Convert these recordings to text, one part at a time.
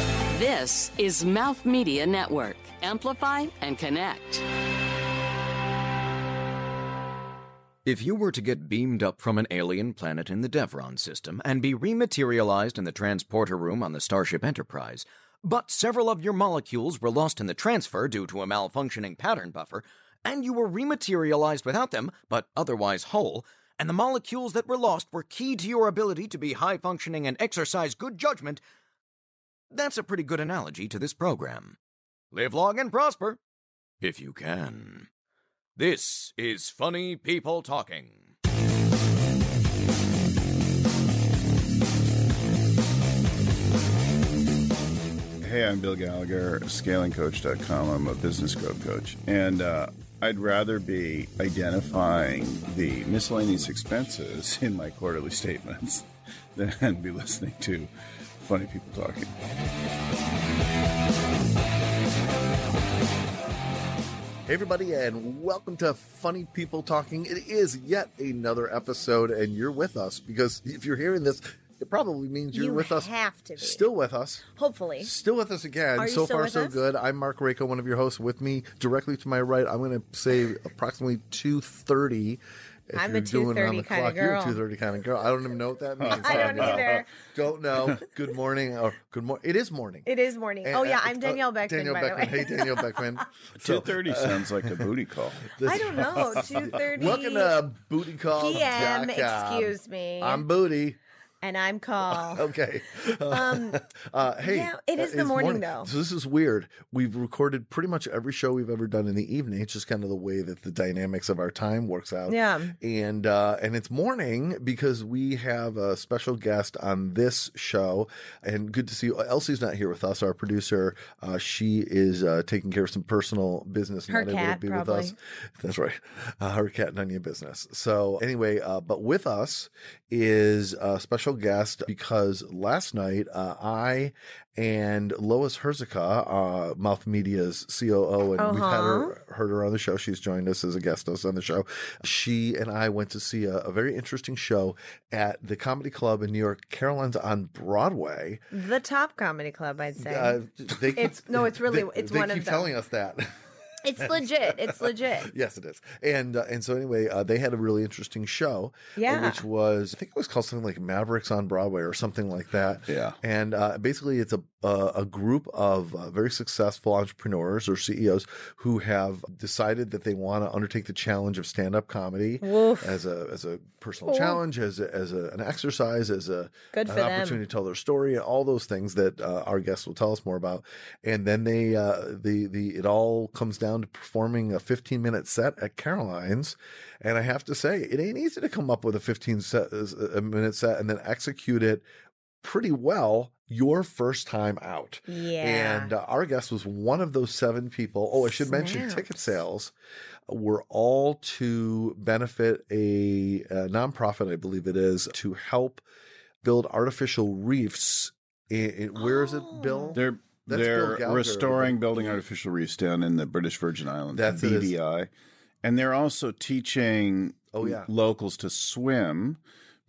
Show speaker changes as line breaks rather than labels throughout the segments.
This is Mouth Media Network. Amplify and connect.
If you were to get beamed up from an alien planet in the Devron system and be rematerialized in the transporter room on the Starship Enterprise, but several of your molecules were lost in the transfer due to a malfunctioning pattern buffer, and you were rematerialized without them, but otherwise whole, and the molecules that were lost were key to your ability to be high functioning and exercise good judgment, that's a pretty good analogy to this program. Live long and prosper, if you can. This is Funny People Talking.
Hey, I'm Bill Gallagher, scalingcoach.com. I'm a business growth coach. And uh, I'd rather be identifying the miscellaneous expenses in my quarterly statements than be listening to funny people talking.
Hey, everybody, and welcome to Funny People Talking. It is yet another episode, and you're with us because if you're hearing this, it probably means you're
You
with us.
have to be.
Still with us.
Hopefully.
Still with us again.
Are you
so
still
far,
with
so
us?
good. I'm Mark Rako, one of your hosts. With me, directly to my right, I'm going to say approximately 2.30. If
I'm a
you're doing it on
2:30
the
kinda
clock, You're a
girl.
2.30 kind of girl. I don't even know what that means.
I don't either.
Don't know. Good morning. Or good morning. It is morning.
It is morning.
And-
oh yeah,
uh,
I'm
uh,
Danielle Beckman.
Danielle
by
Beckman.
the way.
Hey, Danielle Beckman.
Two thirty sounds like a booty call.
I don't know. Two thirty.
Welcome to um, Booty Call.
PM. Excuse me.
I'm Booty.
and I'm call.
Okay. Um, uh, hey,
yeah, it is
uh,
the
it's
morning, though.
So this is weird. We've recorded pretty much every show we've ever done in the evening. It's just kind of the way that the dynamics of our time works out.
Yeah.
and uh, and it's morning because we have a special guest on this show. And good to see you. Elsie's not here with us. Our producer, uh, she is uh, taking care of some personal business.
Her
not able to
cat,
be
probably.
with us. That's right. Uh, her cat and onion business. So anyway, uh, but with us is a special guest because last night uh, I and Lois Herzika, uh, Mouth Media's COO, and we've had her
Uh-huh.
heard her on the show. She's joined us as a guest host on the show. She and I went to see a, a very interesting show at the Comedy Club in New York, Caroline's on Broadway.
The top comedy club, I'd say.
Uh, they,
It's- no, it's really-
they-
it's
they
one of
keep
them.
telling us that.
it's legit. It's legit.
Yes, it is. And uh, and so anyway, uh, they had a really interesting show, uh,
Yeah.
which was I think it was called something like Mavericks on Broadway or something like that.
Yeah.
And uh, basically, it's a uh, a group of uh, very successful entrepreneurs or CEOs who have decided that they want to undertake the challenge of stand up comedy
Woof.
as a as a personal challenge, as a, as a, an exercise, as a
Good
an
for them.
opportunity to tell their story, and all those things that uh, our guests will tell us more about. And then they, uh, the the it all comes down to performing a 15 minute set at Caroline's. And I have to say, it ain't easy to come up with a 15 set, a uh, minute set and then execute it pretty well your first time out.
Yeah.
And uh, our guest was one of those seven people. Oh, I should mention
Snaps.
ticket sales were all to benefit a, a nonprofit, I believe it is, to help build artificial reefs. In, in, where is it, Bill?
They're
That's Bill
they're
Gallagher.
restoring building artificial reefs down in the British Virgin Islands,
That's it is.
BVI, and they're also teaching
Oh, yeah.
locals to swim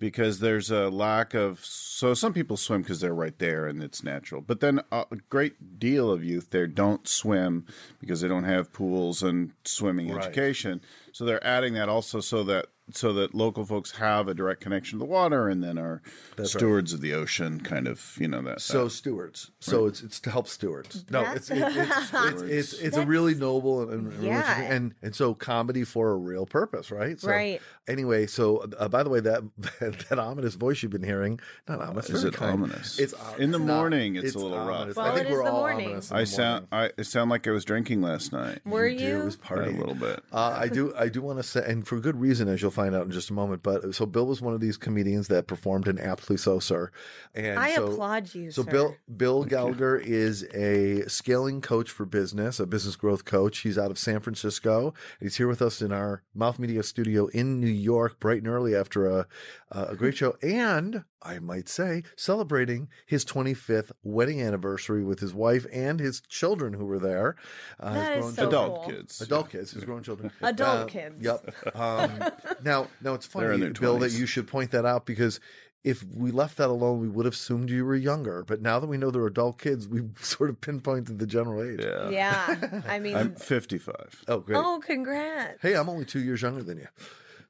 because there's a lack of so some people swim because they're right there and it's natural but then a a great deal of youth there don't swim because they don't have pools and swimming education so they're adding that also so that so that local folks have a direct connection to the water and then are stewards of the ocean kind of you know that
So stewards. So it's it's to help stewards. No, it's
That's-
it's it's, it's, it's, it's a really noble and and,
Yeah.
and and so comedy for a real purpose, right? So,
Right.
Anyway, so uh, by the way, that that ominous voice you've been hearing, not ominous.
Is
very
it
kind.
ominous?
It's uh,
In the
it's not-
morning, it's a little rough.
ominous.
Well,
I think
it is
we're
the
all
morning.
ominous in
I
the
sound I it sound like I was drinking last night.
Were
morning. Dude, it
you?
was party
A little bit.
Uh, I do. I do want to say, and for good reason, as you'll find out in just a moment. But uh, so Bill was one of these comedians that performed in aptly so, sir. And
I
so-
applaud you.
So
sir.
Bill Bill Gallagher is a scaling coach for business, a business growth coach. He's out of San Francisco. He's here with us in our Mouth Media studio in New York, bright and early after a a great show, and I might say celebrating his 25th wedding anniversary with his wife and his children who were there. Uh,
That is so
Adult
cool.
kids.
Adult kids, his grown children.
Adult
Uh,
kids.
Yep. Um, now, now it's
They're in
funny,
their
Bill, that
20s.
you should point that out because if we left that alone, we would have assumed you were younger. But now that we know they're adult kids, we sort of pinpointed the general age.
Yeah.
Yeah. I mean,
I'm 55.
Oh, great.
oh, congrats.
Hey, I'm only two years younger than you.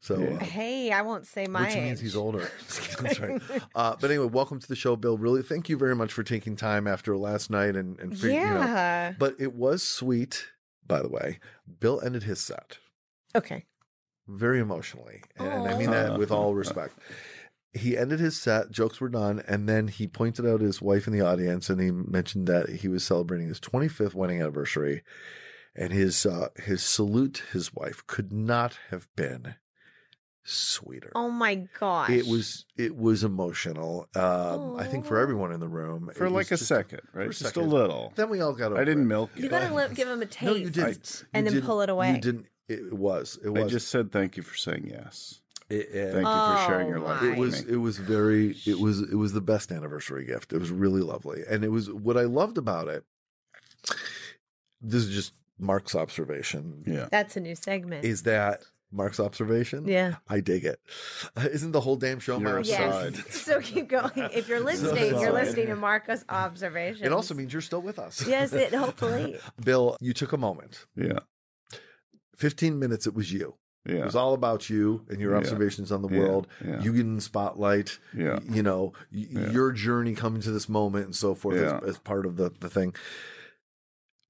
So,
Yeah.
uh,
Hey, I won't say my
which
age.
means he's older. That's right. Uh, but anyway, welcome to the show, Bill. Really, thank you very much for taking time after last night and, and for, you know,
yeah.
but it was sweet, by the way. Bill ended his set
Okay.
very emotionally. And I mean
Aw.
that with all respect. He ended his set, jokes were done, and then he pointed out his wife in the audience and he mentioned that he was celebrating his 25th wedding anniversary. And his uh, his salute to his wife could not have been sweeter.
Oh my gosh.
it was it was emotional. Um, I think for
Aw.
everyone in the room
For
it
like
was
a
just-
second, right?
for a
Just
second.
a little.
Then we all got over.
I
it.
didn't milk
You
it.
gotta let, give him a
uh,
taste.
No, you didn't. You
And then
didn't-
pull it away.
You didn't. It was. It
I
was.
just said thank you for saying yes.
it, it-
Thank you for sharing
Oh
your life.
my.
it was
with me.
it was very it was it was the best anniversary gift. It was really lovely, and it was what I loved about it. This is just Mark's observation.
yeah.
That's a new segment.
Is that Mark's observation?
yeah.
I dig it. Uh, isn't the whole damn show
You're
Mark's?
Aside.
Yes. So keep going. If you're listening,
aside.
you're listening to Marco's observations.
It also means you're still with us.
Yes, it hopefully.
Bill, you took a moment.
Yeah.
15 minutes, it was you. It
Yeah.
was all about you and your
Yeah.
observations on the
Yeah.
world.
Yeah.
You getting the spotlight.
Yeah.
y- you know y-
Yeah.
your journey coming to this moment and so forth
Yeah.
as, as part of the the thing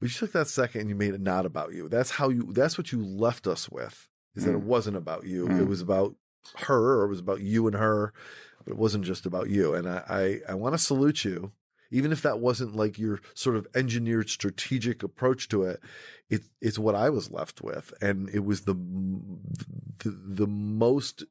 but you took that second and you made it not about you that's how you that's what you left us with is that it
Mm.
wasn't about you it
Mm.
was about her or it was about you and her but it wasn't just about you and i i, I want to salute you even if that wasn't like your sort of engineered strategic approach to it, it it's what I was left with, and it was the m- the, the most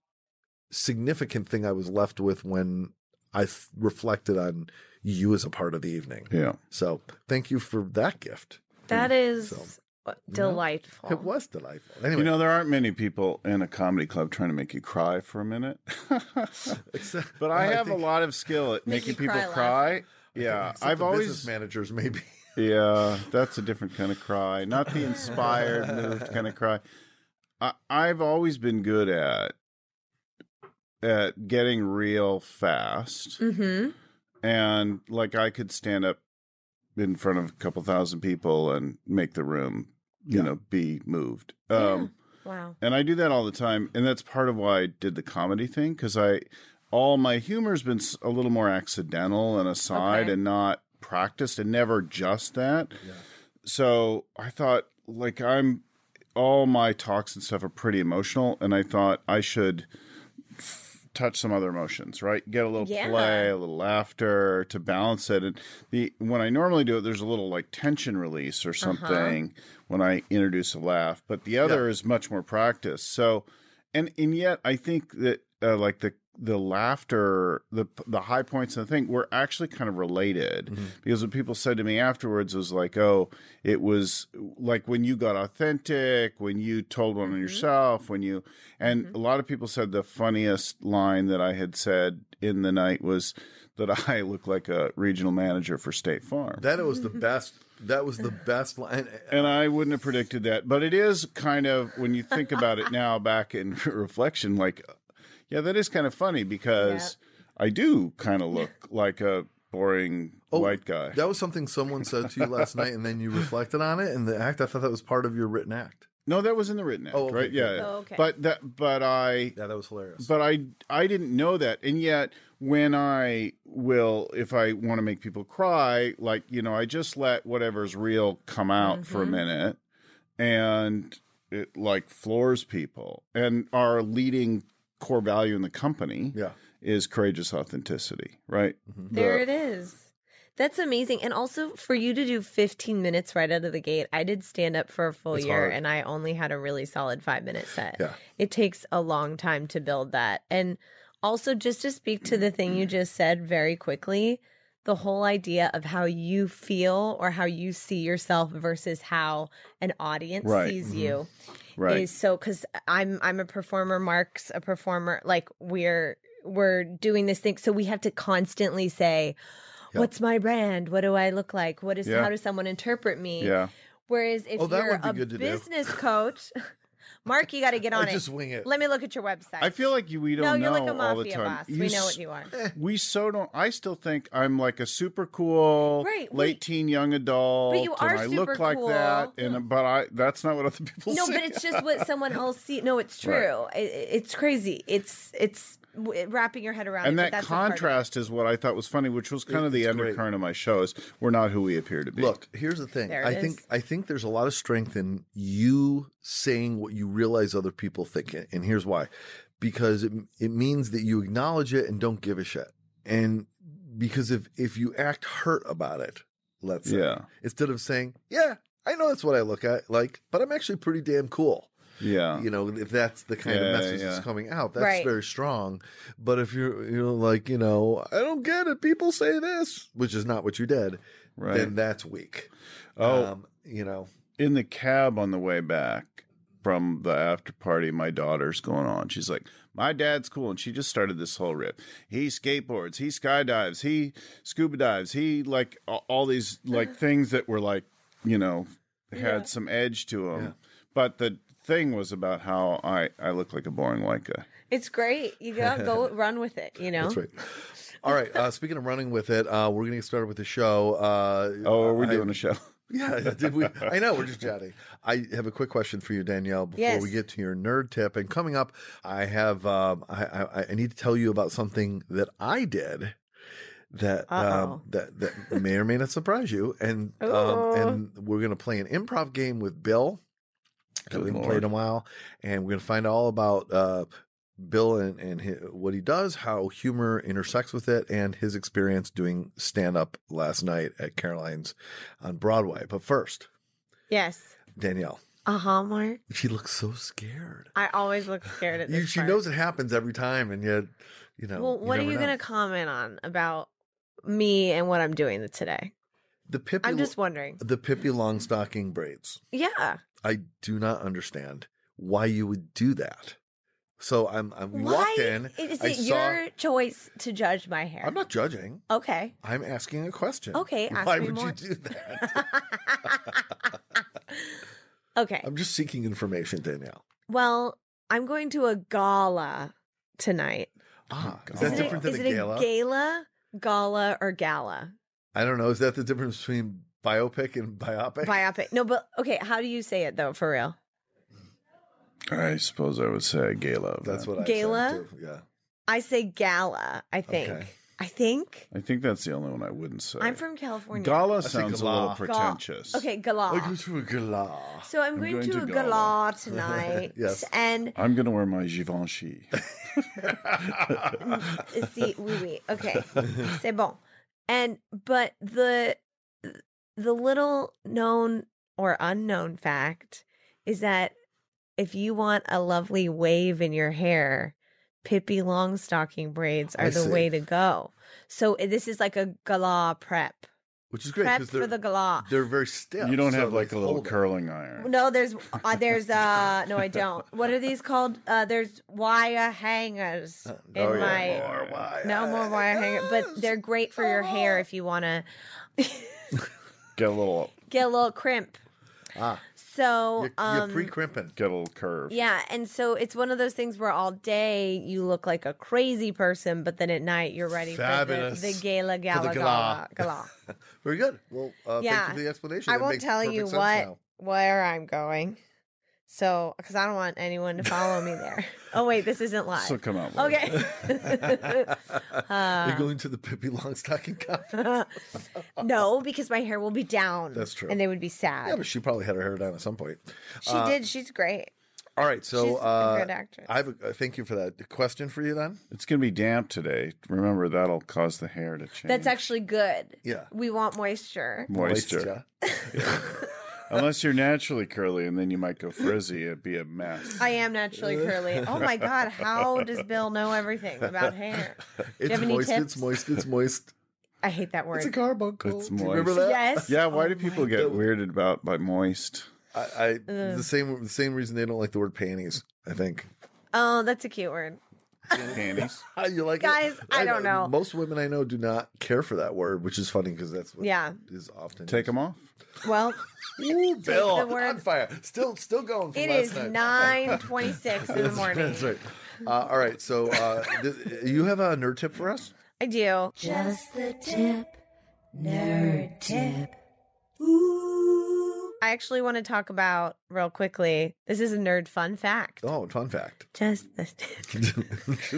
significant thing I was left with when I th- reflected on you as a part of the evening.
Yeah.
So thank you for that gift.
That is uh, delightful.
It was delightful. Anyway,
You know, there aren't many people in a comedy club trying to make you cry for a minute.
except-
but I have
think-
a lot of skill at
Make
making
you
people
cry
cry. Yeah.
except
I've
the
always
business managers maybe.
Yeah, that's a different kind of cry. Not the inspired moved kind of cry. I, I've always been good at at getting real fast,
Mm-hmm.
and like I could stand up in front of a couple thousand people and make the room, you know, be moved. Um,
Wow.
and I do that all the time, and that's part of why I did the comedy thing because I all my humor's been s- a little more accidental and aside
Okay.
and not practiced and never just that. So I thought like I'm all my talks and stuff are pretty emotional, and I thought I should f- touch some other emotions, right? Get a little
Yeah.
play, a little laughter to balance it. And the when I normally do it, there's a little like tension release or something when I introduce a laugh, but the other is much more practice. So, and and yet I think that uh, like the the laughter, the the high points and the thing were actually kind of related because what people said to me afterwards was like, "Oh, it was like when you got authentic, when you told one on yourself, when you." And a lot of people said the funniest line that I had said in the night was that I look like a regional manager for State Farm.
That was the best. That was the best line.
And I wouldn't have predicted that. But it is kind of when you think about it now, back in reflection, like, yeah, that is kind of funny because I do kind of look like a boring white guy.
Oh, That was something someone said to you last night, and then you reflected on it in the act. I thought that was part of your written act.
no, that was in the written act,
Oh, okay,
right?
good.
Yeah.
Oh, okay.
But that, but I,
Yeah, that was hilarious.
but I, I didn't know that, and yet when I will, if I want to make people cry, like you know, I just let whatever's real come out for a
Mm-hmm.
minute, and it like floors people and our leading core value in the company
yeah,
is courageous authenticity right
There
The-
it is. That's amazing. And also for you to do 15 minutes right out of the gate, I did stand up for a full
It's
year
hard.
and I only had a really solid five minute set.
Yeah.
It takes a long time to build that. And also, just to speak to the thing you just said very quickly, the whole idea of how you feel or how you see yourself versus how an audience
Right.
sees
Mm-hmm.
you
right
is so because I'm I'm a performer, Mark's a performer. Like we're we're doing this thing, so we have to constantly say, "What's my brand? What do I look like? What is
Yeah.
how does someone interpret me?"
yeah
Whereas if
Oh, that
you're
would be
a
good to do.
business coach, Mark, you got to get on
I
it.
just wing it.
Let me look at your website.
I feel like you, we
no,
don't
you're
know
like a
all the
mafia
time.
boss. we know
s-
what you are.
We so don't. I still think I'm like a super cool late
Right, wait.
teen young adult.
But you are
and I look
super
like that,
cool.
and but I that's not what other people
No,
say.
but it's just what someone else see. No, it's true.
Right.
I- I- it's crazy. It's it's w- wrapping your head around.
and
it, but
that
that's what part of it-
contrast is what I thought was funny, which was kind
It-
of the
it's great.
undercurrent of my show is we're not who we appear to be.
Look, here's the thing.
There it
I think
is.
I think there's a lot of strength in you saying what you realize other people think, and and here's why: because it, it means that you acknowledge it and don't give a shit, and because if if you act hurt about it, let's say,
Yeah.
instead of saying, "Yeah, I know that's what I look at like, but I'm actually pretty damn cool,"
yeah,
you know, if that's the kind
Oh. Yeah,
of message
yeah.
that's coming out, that's
Right.
very strong. But if you're you know like you know, I don't get it. People say this, which is not what you did
right.
then that's weak.
Oh.
um, you know,
in the cab on the way back from the after party, my daughter's going on. She's like, My dad's cool. And she just started this whole rip. He skateboards, he skydives, he scuba dives, he like a- all these like things that were like, you know, had some edge to them. But the thing was about how I, I look like a boring white guy.
It's great. You go go run with it. You know.
that's right. All right. Uh, speaking of running with it, uh, we're going to get started with the show. Uh,
Oh, are we
I-
doing a show?
Yeah, did we? I know we're just chatting. I have a quick question for you, Danielle, before
Yes.
we get to your nerd tip. And coming up, I have um, I, I I need to tell you about something that I did that um,
Uh-oh.
that that may or may not surprise you. And um,
Ooh.
and we're gonna play an improv game with Bill. that
Good
we haven't
Lord.
played in a while, and we're gonna find all about uh, Bill and, and hi what he does, how humor intersects with it, and his experience doing stand up last night at Caroline's on Broadway. But first,
Yes.
Danielle,
Uh huh, Mark.
she looks so scared.
I always look scared at this.
You, she
part.
knows it happens every time, and yet, you know.
Well, what are
never
you
know.
going to comment on about me and what I'm doing today?
The Pippi,
I'm just wondering.
the Pippi Longstocking braids.
Yeah.
I do not understand why you would do that. So I'm. I'm we
Why
walked in.
is
I
it
saw-
your choice to judge my hair?
I'm not judging.
Okay.
I'm asking a question.
Okay, ask
Why
me
would
more.
you do that?
okay.
I'm just seeking information, Danielle.
Well, I'm going to a gala tonight.
Ah, is
Isn't
that
it-
different than
is
a
it
gala?
a gala, gala, or gala?
I don't know. Is that the difference between biopic and biopic?
Biopic. No, but okay. How do you say it though? For real?
I suppose I would say gala. of
That's
that.
what I
Gala?
Said too. Yeah.
I say gala. I think.
Okay.
I think.
I think that's the only one I wouldn't say.
I'm from California.
Gala
say
sounds a
gala.
little
Gala.
pretentious.
Okay, gala.
I go to a gala.
So I'm, going, to, a gala, tonight.
Yes.
And
I'm gonna wear my Givenchy.
mm, see, oui, oui. Okay. C'est bon. And but the the little known or unknown fact is that if you want a lovely wave in your hair, Pippi Longstocking braids are
I
the
see.
way to go. So eh, this is like a gala prep.
Which is great
Prep
because
for
they're,
the gala.
they're very stiff.
You don't
so
have
they
like a little
hold it.
curling iron.
No, there's uh, there's uh no I don't. What are these called? Uh there's wire hangers
Uh,
in
oh, yeah.
my
More wire.
No more wire hanger, but they're great for your hair if you want to
Get a little,
get a little crimp.
Ah,
So,
you're,
um,
pre crimping.
get a little curve.
yeah, and so it's one of those things where all day you look like a crazy person, but then at night you're ready
Fabulous.
for the, the gala,
For the
gala, gala, gala.
Very good. Well, uh,
Yeah.
thank you for the explanation.
I
It
won't
makes
tell you
perfect sense
what
now.
where I'm going, so because I don't want anyone to follow me there. Oh wait, this isn't live.
So come out. with it.
okay. uh,
You're going to the Pippi Longstocking conference.
no, because my hair will be down.
That's true.
and they would be sad.
yeah, but uh, she probably had her hair down at some point.
she did. She's great.
All right, so
She's a
uh,
good actress.
I have a uh, thank you for that question for you then.
It's gonna be damp today. Remember that'll cause the hair to change.
That's actually good.
Yeah.
We want moisture.
moisture. Unless you're naturally curly, and then you might go frizzy. It'd be a mess.
I am naturally curly. Oh my God. How does Bill know everything about hair? you
It's
have any
moist, it's
tips?
moist, it's moist.
I hate that
It's a
word.
carbuncle.
It's
Do you remember
moist.
that?
Yes.
yeah. Why do
Oh
people get weirded about by moist?
I, I the same the same reason they don't like the word panties, I think.
Oh, that's a cute word.
panties.
you like it?
Guys, I don't know.
Most women I know do not care for that word, which is funny because that's what
Yeah.
is often
Take them off.
Well,
Ooh, Bill,
the word-
on fire. Still, still going. From
it
last
is
night.
nine twenty-six in the morning.
That's right. Uh, all right, so uh, th- you have a nerd tip for us?
I do.
Just the tip. Nerd tip.
I actually want to talk about real quickly. This is a nerd fun fact.
Oh, fun fact.
Just the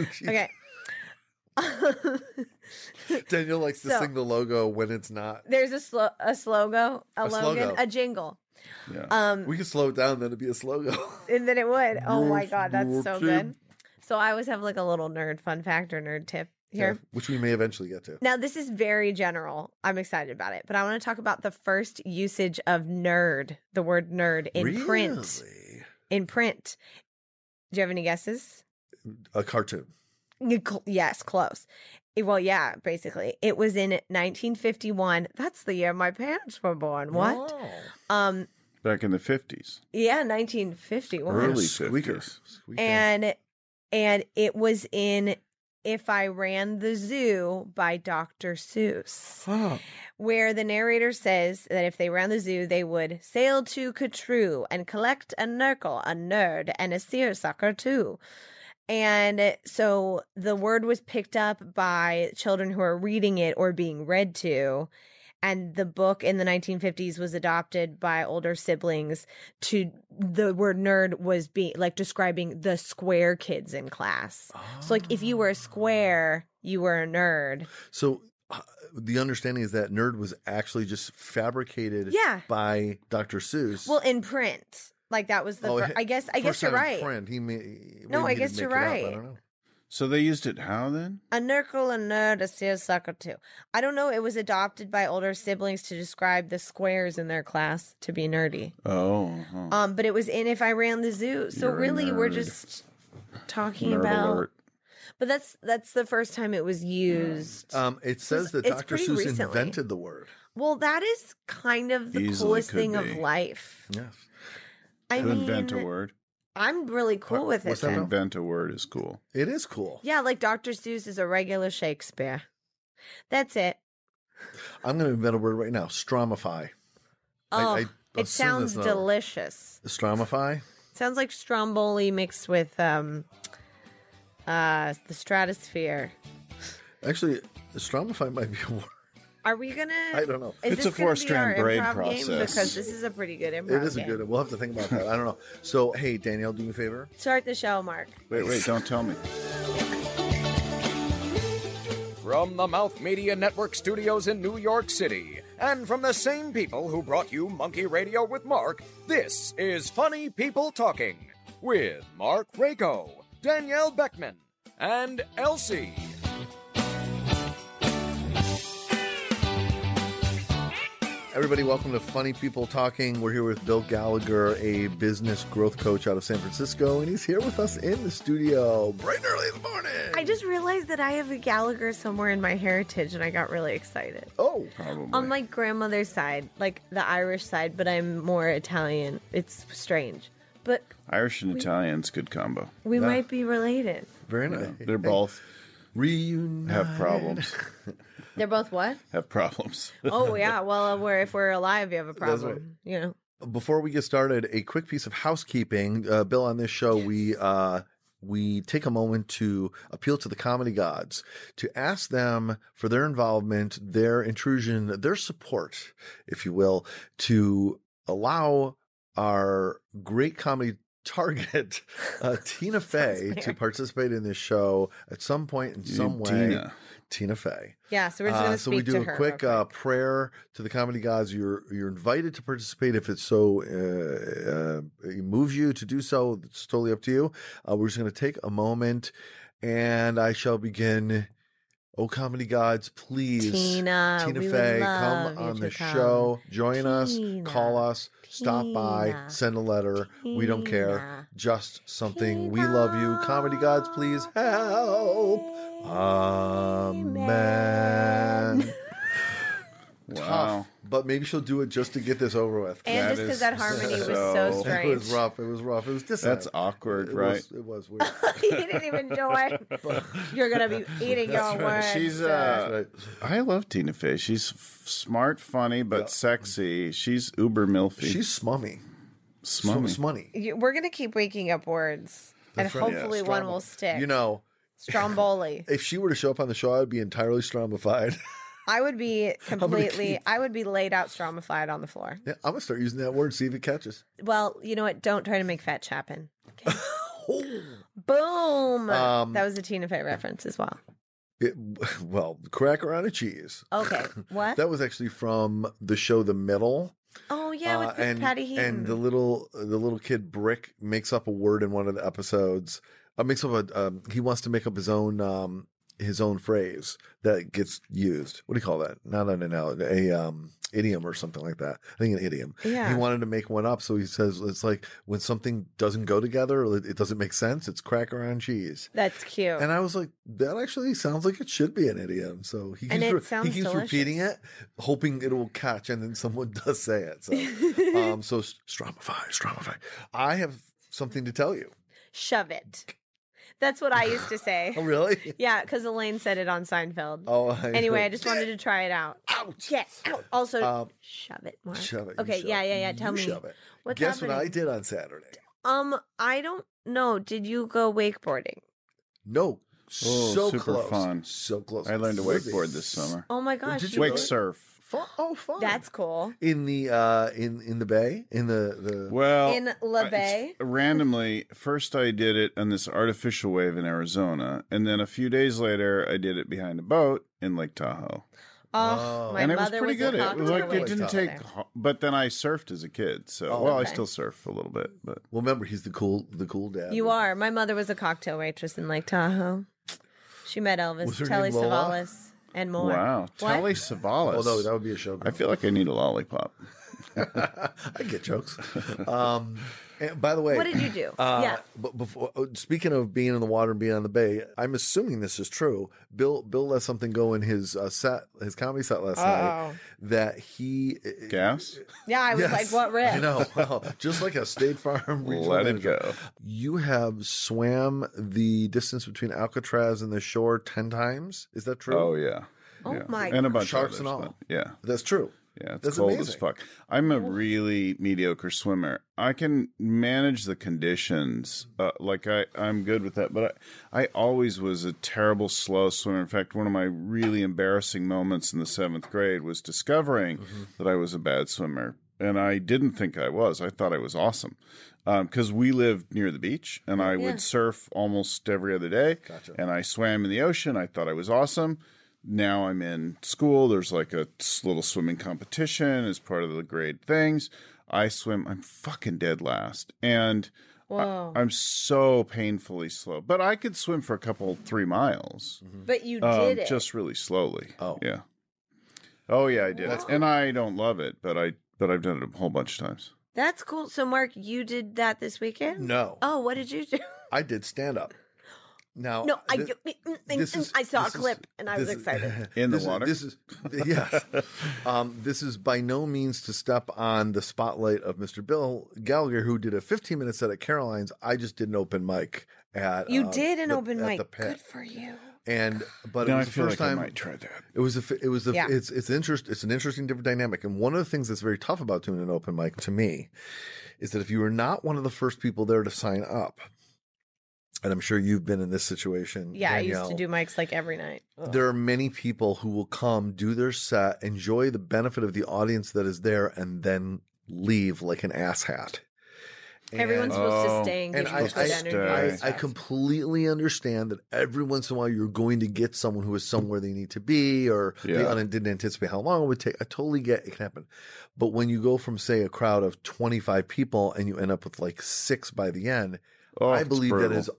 tip. okay.
Daniel likes to
So-
sing the logo when it's not.
There's a slo- a slogo, a,
A
slogan,
slogo.
a jingle.
Yeah.
Um,
We can slow it down, then it'd be a slogo.
and then it would. Oh my god, that's so
Nerd
good. So I always have like a little nerd fun fact or nerd tip here.
Yeah, which we may eventually get to.
Now, this is very general. I'm excited about it, but I want to talk about the first usage of nerd, the word nerd in print.
Really?
In print. Do you have any guesses?
A cartoon.
You cl- Yes, close. Eh, Well, yeah, basically. It was in 1951. That's the year my parents were born. What? Um,
Back in the fifties,
yeah, 1951.
early
Squeaker.
fifties.
Squeaker.
And and it was in If I Ran the Zoo by Dr. Seuss.
Oh.
where the narrator says that if they ran the zoo, they would sail to Katru and collect a nurgle, a nerd, and a seersucker too. And so the word was picked up by children who are reading it or being read to. And the book in the 1950s was adopted by older siblings to the word nerd was being like describing the square kids in class. So, like, if you were a square, you were a nerd.
So uh, the understanding is that nerd was actually just fabricated
Yeah.
by Dr. Seuss.
Well, in print, like that was the.
Oh,
fir-
it-
I guess. I guess
First
you're
time in
right.
print, he may,
No,
maybe he
I guess
didn't
you're
make it up, I
right.
don't know.
So they used it how then?
A nurgle, a nerd, a seersucker too. I don't know. It was adopted by older siblings to describe the squares in their class to be nerdy.
Oh, huh.
Um, but it was in if I ran the zoo. So
You're a
really, we're
nerd.
just talking
nerd
about.
alert.
But that's that's the first time it was used.
Um, it says that
it's
Dr.
pretty
Seuss
recently.
invented the word.
well, that is kind of the
Easily
coolest
could
thing
be.
of life.
Yes.
I
To invent a
mean,
word.
I'm really cool with it.
what's that,
To
though.
Bill?
invent a word is cool.
It is cool.
Yeah, like Dr. Seuss is a regular Shakespeare. That's it.
I'm going to invent a word right now. Stromify. I-
Oh,
I assume
it sounds
that's not-
delicious.
Stromify?
Sounds like stromboli mixed with um uh the stratosphere.
Actually, stromify might be a word.
Are we gonna?
I don't know.
Is
It's
this
a
gonna be
four-strand
our
braid
improv game?
process.
because this is a pretty good improv.
It is a
game.
good. We'll have to think about that. I don't know. So, hey, Danielle, do me a favor.
Start the show, Mark.
Wait, wait, don't tell me.
From the Mouth Media Network studios in New York City, and from the same people who brought you Monkey Radio with Mark, this is Funny People Talking with Mark Rako, Danielle Beckman, and Elsie.
Everybody, welcome to Funny People Talking. We're here with Bill Gallagher, a business growth coach out of San Francisco, and he's here with us in the studio bright and early in the morning.
I just realized that I have a Gallagher somewhere in my heritage, and I got really excited.
oh,
Probably.
On my grandmother's side, like the Irish side, but I'm more Italian. It's strange, but
Irish and Italian's good combo.
we might be related.
very nice.
Yeah, they're both
reunited.
have problems.
They're both what?
Have problems.
Oh yeah. Well, we're, if we're alive, you have a problem. You know.
Before we get started, a quick piece of housekeeping. Uh, Bill, on this show, we uh, we take a moment to appeal to the comedy gods to ask them for their involvement, their intrusion, their support, if you will, to allow our great comedy target, uh, Tina Fey, to participate in this show at some point in some way.
Tina.
Tina Fey.
Yeah. So we're just gonna
Uh,
speak
so we do
to
a
her
quick
real
uh, prayer to the comedy gods. You're you're invited to participate if it's so uh, uh, it moves you to do so. It's totally up to you. Uh, we're just going to take a moment, and I shall begin. Oh, comedy gods, please,
Tina,
Tina
we would
Fey,
love
come
you
on
to
the
come.
show. Join us,
Tina,
call us, stop by,
Tina,
send a letter. we don't care.
Tina,
Just something. We love you. Comedy gods, please help. Amen. Tough, but maybe she'll do it just to get this over with.
And
That
just
is
because that harmony was
so-
so
It was
strange.
It was rough. It was rough. It was dissonant.
That's awkward,
It
right?
Was, it was weird.
you didn't even enjoy. You're gonna be eating your words.
She's
That's
uh,
right.
I love Tina Fey. She's f- smart, funny, but sexy. She's uber milfy.
She's smummy.
smummy.
Sm- Smunny.
You- we're gonna keep waking up words, and
right.
hopefully
Yeah,
one
Stromboli.
will stick.
You know,
Stromboli.
if she were to show up on the show, I'd be entirely strombified.
I would be completely.
keys?
I would be laid out stromified on the floor.
yeah, I'm gonna start using that word. See if it catches.
Well, you know what? Don't try to make fetch happen. Okay. Boom.
Oh. Um,
that was a Tina Fey reference as well.
It, well, cracker on a cheese.
Okay. What?
That was actually from the show The Middle.
oh yeah, with
Uh,
the Patty Heaton.
and the little uh, the little kid Brick makes up a word in one of the episodes. Uh, makes up a um, he wants to make up his own um, his own phrase that gets used. What do you call that? Not an analogy, a um, idiom or something like that. I think an idiom.
Yeah.
He wanted to make one up, so he says it's like when something doesn't go together, or it it doesn't make sense. It's cracker on cheese.
That's cute.
And I was like, that actually sounds like it should be an idiom. So he keeps,
And it
re-
sounds
he keeps
delicious.
repeating it, hoping it will catch, and then someone does say it. So, um, so s- stromify, stromify. I have something to tell you.
Shove it. That's what I used to say.
Oh, really?
Yeah, because Elaine said it on Seinfeld.
Oh, I
anyway, I just wanted to try it out.
Ouch.
Get out. Also,
Um,
shove it, Mark.
Shove it. you
Okay,
shove
yeah,
it,
yeah, yeah. Tell
you
me.
Shove it.
What's
Guess
happening?
what I did on Saturday?
Um, I don't know. Did you go wakeboarding?
No.
Oh,
so
super
close.
fun.
So close.
I learned to
Lizzie.
wakeboard this summer.
Oh my gosh.
did you
you
Wake
really-
surf.
Fun. Oh, fun.
That's cool.
in the uh in in the bay in the the
Well,
In La
I- it's-
Bay?
randomly, first I did it on this artificial wave in Arizona, and then a few days later, I did it behind a boat in Lake Tahoe,
Oh,
Oh.
my
and it was
mother
pretty good.
a
It was like
cocktail
it didn't
waiter
take,
there.
ho- but then I surfed as a kid, so
Oh,
well, I
okay.
still surf a little bit, but
Well, remember he's the cool the cool dad.
You are. My mother was a cocktail waitress in Lake Tahoe. She met
Was her
Elvis, Telly
name Lola?
Savalas, and more.
wow,
What?
Telly Savalas.
Oh no, that would be a show.
I feel like I need a lollipop.
I get jokes. Um, and by the way,
What did you do?
Uh,
yeah.
But before, oh, speaking of being in the water and being on the bay, I'm assuming this is true. Bill Bill let something go in his uh, set, his comedy set last night
Uh-oh.
that he. uh,
Gas.
Yeah, Oh. I was like, what riff?
I know. Wow. Just like a State Farm. regional
Let it
manager.
go.
You have swam the distance between Alcatraz and the shore ten times. Is that true?
Oh yeah.
Oh
yeah.
my
and a bunch
Sharks
of
and
others,
all.
but Yeah.
That's true.
Yeah, it's
That's
cold as
amazing.
fuck. I'm a really mediocre swimmer. I can manage the conditions.
Mm-hmm.
Uh, like I, I'm good with that. But I, I always was a terrible slow swimmer. In fact, one of my really embarrassing moments in the seventh grade was discovering
Mm-hmm.
that I was a bad swimmer, and I didn't think I was. I thought I was awesome because we lived near the beach, and I would surf almost every other day. And I swam in the ocean. I thought I was awesome now I'm in school. There's like a s- little swimming competition as part of the grade things. I swim. I'm fucking dead last, and
Whoa.
I'm so painfully slow. But I could swim for a couple three miles,
but you
um,
did it.
just really slowly.
Oh.
yeah, oh yeah, I did. it. And I don't love it, but I but I've done it a whole bunch of times.
That's cool. So, Mark, you did that this weekend?
No.
Oh, what did you do?
I did stand up. Now,
No, I,
thi-
mm, mm, mm,
this
mm,
is-
I saw a
this is-
clip and I was
this is-
excited.
In the
this is-
water?
this is yes. um, this is by no means to step on the spotlight of Mr. Bill Gallagher, who did a 15 minute set at Caroline's. I just did an open mic at
You
um,
did an
the-
open
at
mic.
the pit.
Good for you.
and but it
Now I
was the
feel
first
like I
time
might try that.
it was a, f- it was a, f-
Yeah.
it's it's interest it's an interesting different dynamic. And one of the things that's very tough about doing an open mic to me is that if you are not one of the first people there to sign up, and I'm sure you've been in this situation.
Yeah, I used to
Danielle,
do mics like every night.
There are many people who will come, do their set, enjoy the benefit of the audience that is there, and then leave like an asshat. And-
Everyone's supposed
Oh.
to stay and
and
give
I,
you
supposed
I,
good
to
energy.
stay.
and
I, I
stuff.
completely understand that every once in a while you're going to get someone who is somewhere they need to be or they
Yeah.
un- didn't anticipate how long it would take. I totally get it can happen. But when you go from, say, a crowd of 25 people and you end up with like six by the end,
Oh,
I
it's
believe that
brutal.
is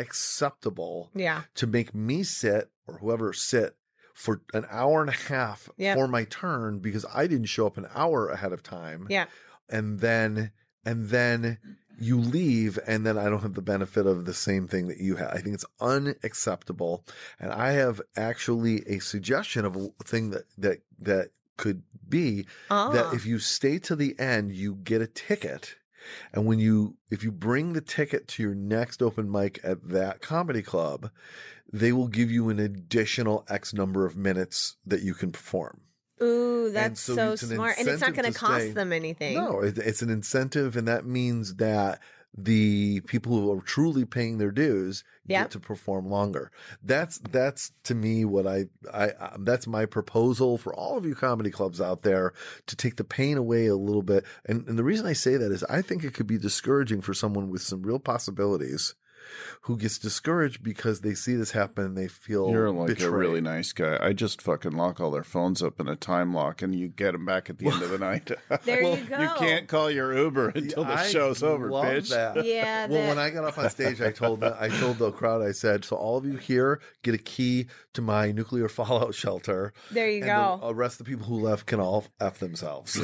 unacceptable
yeah.
to make me sit or whoever sit for an hour and a half
Yeah.
for my turn because I didn't show up an hour ahead of time
Yeah.
and then and then you leave and then I don't have the benefit of the same thing that you had. I think it's unacceptable. And I have actually a suggestion of a thing that that that could be
Ah,
that if you stay to the end, you get a ticket. And when you if you bring the ticket to your next open mic at that comedy club, they will give you an additional X number of minutes that you can perform.
Ah. ooh, that's
so
so,
it's an
smart, and it's not
incentive to
going to cost
stay.
them anything.
No, it, it's an incentive, and that means that the people who are truly paying their dues
Yep.
get to perform longer. That's that's to me what I, I I that's my proposal for all of you comedy clubs out there to take the pain away a little bit. And, and the reason I say that is I think it could be discouraging for someone with some real possibilities who gets discouraged because they see this happen and they feel
You're like
betrayed.
a really nice guy. I just fucking lock all their phones up in a time lock, and you get them back at the end of the night.
There you go.
You can't call your Uber until the
I
show's over,
love
bitch.
that.
Yeah,
Well, when
that-
I got up on stage, I told the, I told the crowd, I said, "So all of you here get a key to my nuclear fallout shelter.
There you
and
go.
The uh, rest of the people who left can all f themselves."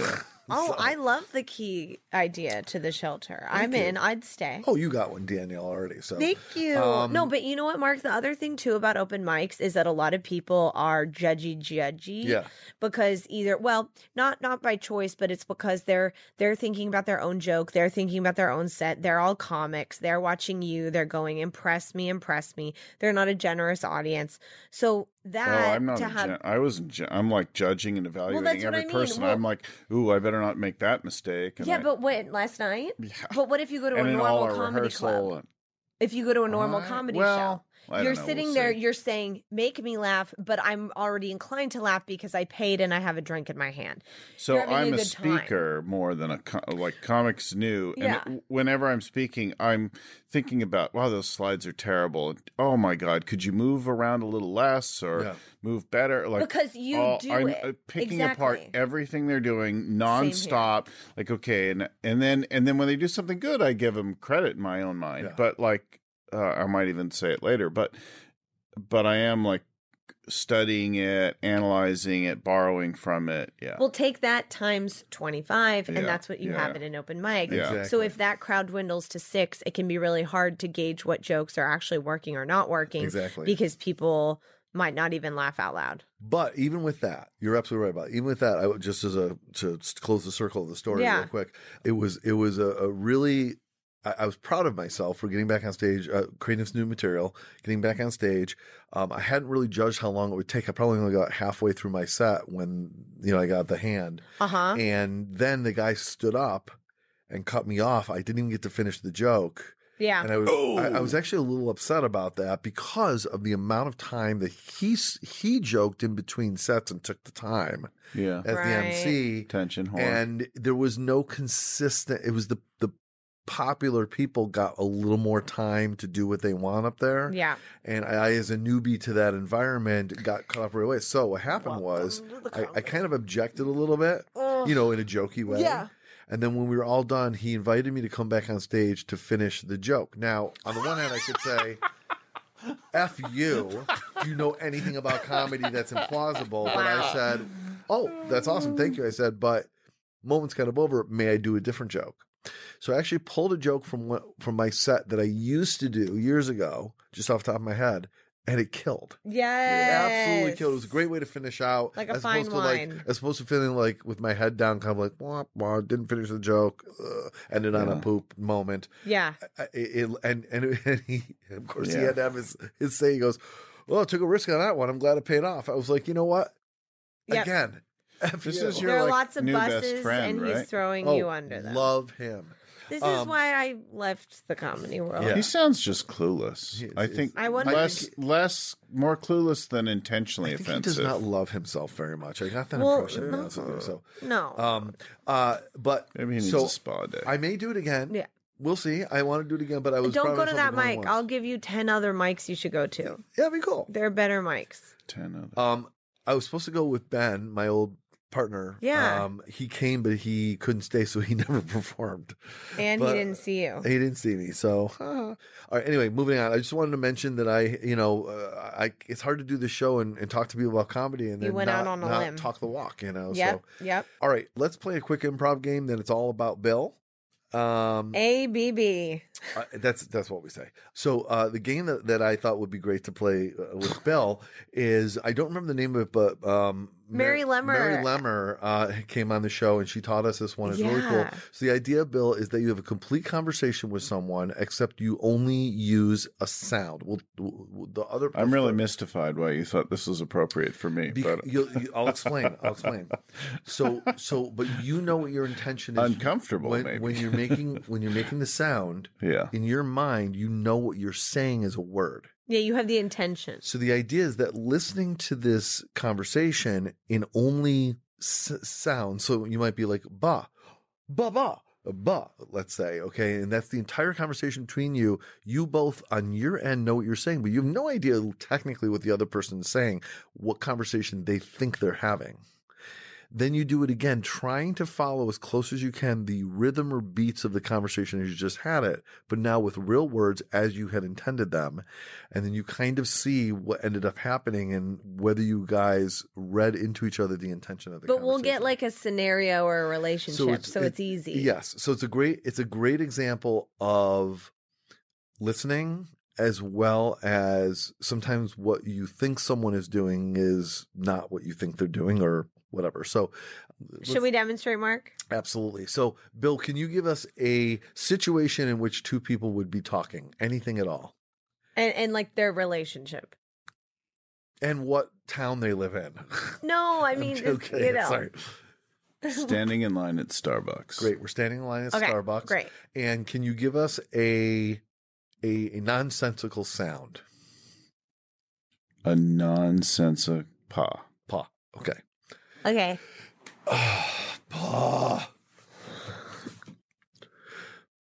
Oh, I love the key idea to the shelter. I'm in. I'd stay.
oh, you got one, Danielle, already. So
Thank you.
Um,
no, but you know what, Mark? The other thing too about open mics is that a lot of people are judgy, judgy.
Yeah.
Because either, well, not not by choice, but it's because they're they're thinking about their own joke, they're thinking about their own set. They're all comics. They're watching you. They're going impress me, impress me. They're not a generous audience. So
Oh,
that
I'm not.
to
A
have
gen- I was. Gen- I'm like judging and evaluating
that's what
every
I mean.
person.
Well-
I'm like, ooh, I better not make that mistake. and
yeah,
I-
but what last night? But what if you go to
and
a
then all
normal
our
comedy
rehearsal.
club?
and-
If you go to a normal
I-
comedy show.
well, I don't
you're
know,
sitting
we'll
there
see.
you're saying make me laugh but i'm already inclined to laugh because i paid and i have a drink in my hand
So
you're having
I'm
a
a,
good time.
speaker more than a co- like comics new,
Yeah.
and it- whenever I'm speaking, I'm thinking about wow, those slides are terrible. Oh my god, could you move around a little less or
Yeah.
move better? Like
Because you do
I'm
it.
uh, picking apart
Exactly.
everything they're doing nonstop. Like okay, and and then and then when they do something good, I give them credit in my own mind.
Yeah.
But like uh, I might even say it later, but but I am like studying it, analyzing it, borrowing from it. Yeah.
we'll take that times 25
Yeah,
and that's what you
yeah.
have at an open mic
Yeah.
so
Exactly.
if that crowd dwindles to six it can be really hard to gauge what jokes are actually working or not working
Exactly.
because people might not even laugh out loud
But even with that, you're absolutely right about. It. Even with that, I would just as a to s- close the circle of the story
Yeah.
real quick. It was it was a, a really I, I was proud of myself for getting back on stage, uh, creating this new material, getting back on stage. Um, I hadn't really judged how long it would take. I probably only got halfway through my set when you know I got the hand,
uh-huh
and then the guy stood up and cut me off. I didn't even get to finish the joke.
yeah
And I was I, I was actually a little upset about that because of the amount of time that he s- he joked in between sets and took the time
yeah.
as
Right.
the MC,
Tension horn.
and there was no consistent. It was the the popular people got a little more time to do what they want up there,
yeah
and I, as a newbie to that environment, got cut off right away. So what happened was I, I kind of objected a little bit, you know, in a jokey way.
Yeah.
And then when we were all done, he invited me to come back on stage to finish the joke. Now, on the one hand, I should say, F you. Do you know anything about comedy that's implausible? But I said, Oh, that's awesome. Thank you. I said, But moment's kind of over. May I do a different joke? So I actually pulled a joke from what, from my set that I used to do years ago, just off the top of my head, and it killed. It
yeah
absolutely killed. It was a great way to finish out.
Like a
as
fine
opposed to
wine.
like as opposed to feeling like with my head down, kind of like wah, wah, didn't finish the joke, uh, ended on a poop moment.
yeah
I- It, it- and and, and he, of course he
Yeah.
had to have his his say. He goes, "Well, I took a risk on that one. I'm glad it paid off." I was like, you know what?
Yep.
Again, F
This
you.
is
there
You're
are
like
lots of
new best
buses
friend,
and he's
right?
throwing
Oh,
you under them
Love him.
this is
um,
why i left the comedy world
Yeah. Um,
He sounds just clueless.
He is-
I
is-
think
I wonder-
less, less, more clueless than intentionally
I think
offensive.
he does not love himself very much. I got that
Well,
impression. to be honest with you.
no.
So,
no
um, uh, but
Maybe he needs
so
a spa day.
I may do it again.
Yeah.
We'll see. I want to do it again, but I was
Don't
proud
go
of
to that
myself for going
mic. I'll
once.
give you 10 other mics you should go to.
yeah, it'd be cool.
They're better mics.
Ten of them.
Um, I was supposed to go with Ben, my old partner.
Yeah.
Um, he came, but he couldn't stay, so he never performed.
And
But-
he didn't see you.
He didn't see me, so all right. Anyway, moving on. I just wanted to mention that I, you know, uh, I it's hard to do the show and, and talk to people about comedy and
You
then
went
not,
out on a
not
limb.
talk the walk, you know.
Yep.
So
Yep.
all right, let's play a quick improv game. Then it's all about Bill, Um,
ABB.
uh, that's that's what we say. So uh, the game that, that I thought would be great to play uh, with Bell is I don't remember the name of it, but um,
Mary
Mar- Mary
Lemmer.
Lemmer uh, came on the show and she taught us this one. It's really cool.
Yeah.
So the idea, Bill, is that you have a complete conversation with someone, except you only use a sound. Well, w- w- the other
I'm really
prefer-
mystified why you thought this was appropriate for me,
Bec-
but
you'll, you, I'll explain. I'll explain. So, so, but you know what your intention is.
uncomfortable.
when,
maybe
when you're making when you're making the sound
yeah,
in your mind, you know what you're saying is a word.
Yeah, you have the intention.
So the idea is that listening to this conversation in only s- sound, so you might be like ba, ba ba ba, let's say, okay, and that's the entire conversation between you. You both on your end know what you're saying, but you have no idea technically what the other person is saying, what conversation they think they're having. Then you do it again, trying to follow as close as you can the rhythm or beats of the conversation as you just had it, but now with real words as you had intended them. And then you kind of see what ended up happening and whether you guys read into each other the intention of the
But we'll get
conversation.
like a scenario or a relationship, so
it-
it's, easy.
Yes. So it's a great it's a great example of listening as well as sometimes what you think someone is doing is not what you think they're doing or whatever. So
Should
let's-
we demonstrate, Mark?
Absolutely. So, Bill, can you give us a situation in which two people would be talking, anything at all,
And and like their relationship.
and what town they live in?
No, I
I'm
mean, it's-
joking.
you know.
Sorry.
standing in line at Starbucks.
Great. We're standing in line at
Okay,
Starbucks.
Great.
And can you give us a a, a nonsensical sound?
a nonsensical pa.
Paw. Okay.
Okay.
Paw.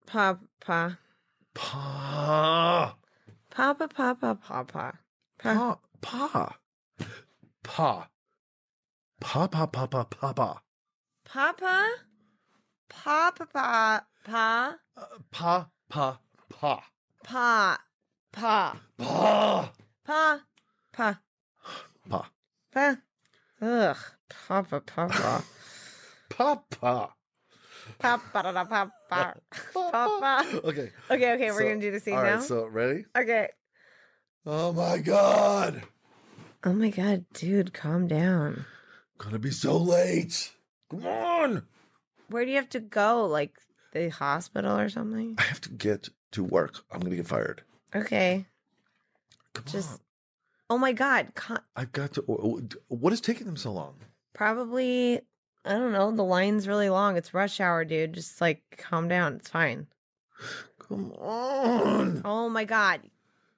Pa pa
Paw.
pa pa pa pa pa pa. Pa
Paw. Paw. Paw. Paw. Paw. Paw. Paw. Paw. Paw.
pa pa pa pa pa
Paw.
pa
Paw. Paw.
pa pa
Paw.
pa pa
Paw.
pa. Ugh. Pa pa pa pa.
Papa.
Pa pa da da pa pa. Pa pa.
Okay.
Okay, okay, we're
So-
gonna do the scene
All
now.
right. So ready?
okay.
Oh my god!
Oh my god, dude, calm down.
Gonna be so late. Come on!
Where do you have to go? Like the hospital or something?
I have to get to work. I'm gonna get fired.
Okay.
Come
Just
on.
Oh my god, con-
I've got to. What is taking them so long?
probably I don't know, the line's really long. It's rush hour, dude. Just like calm down. It's fine.
Come on!
Oh my god.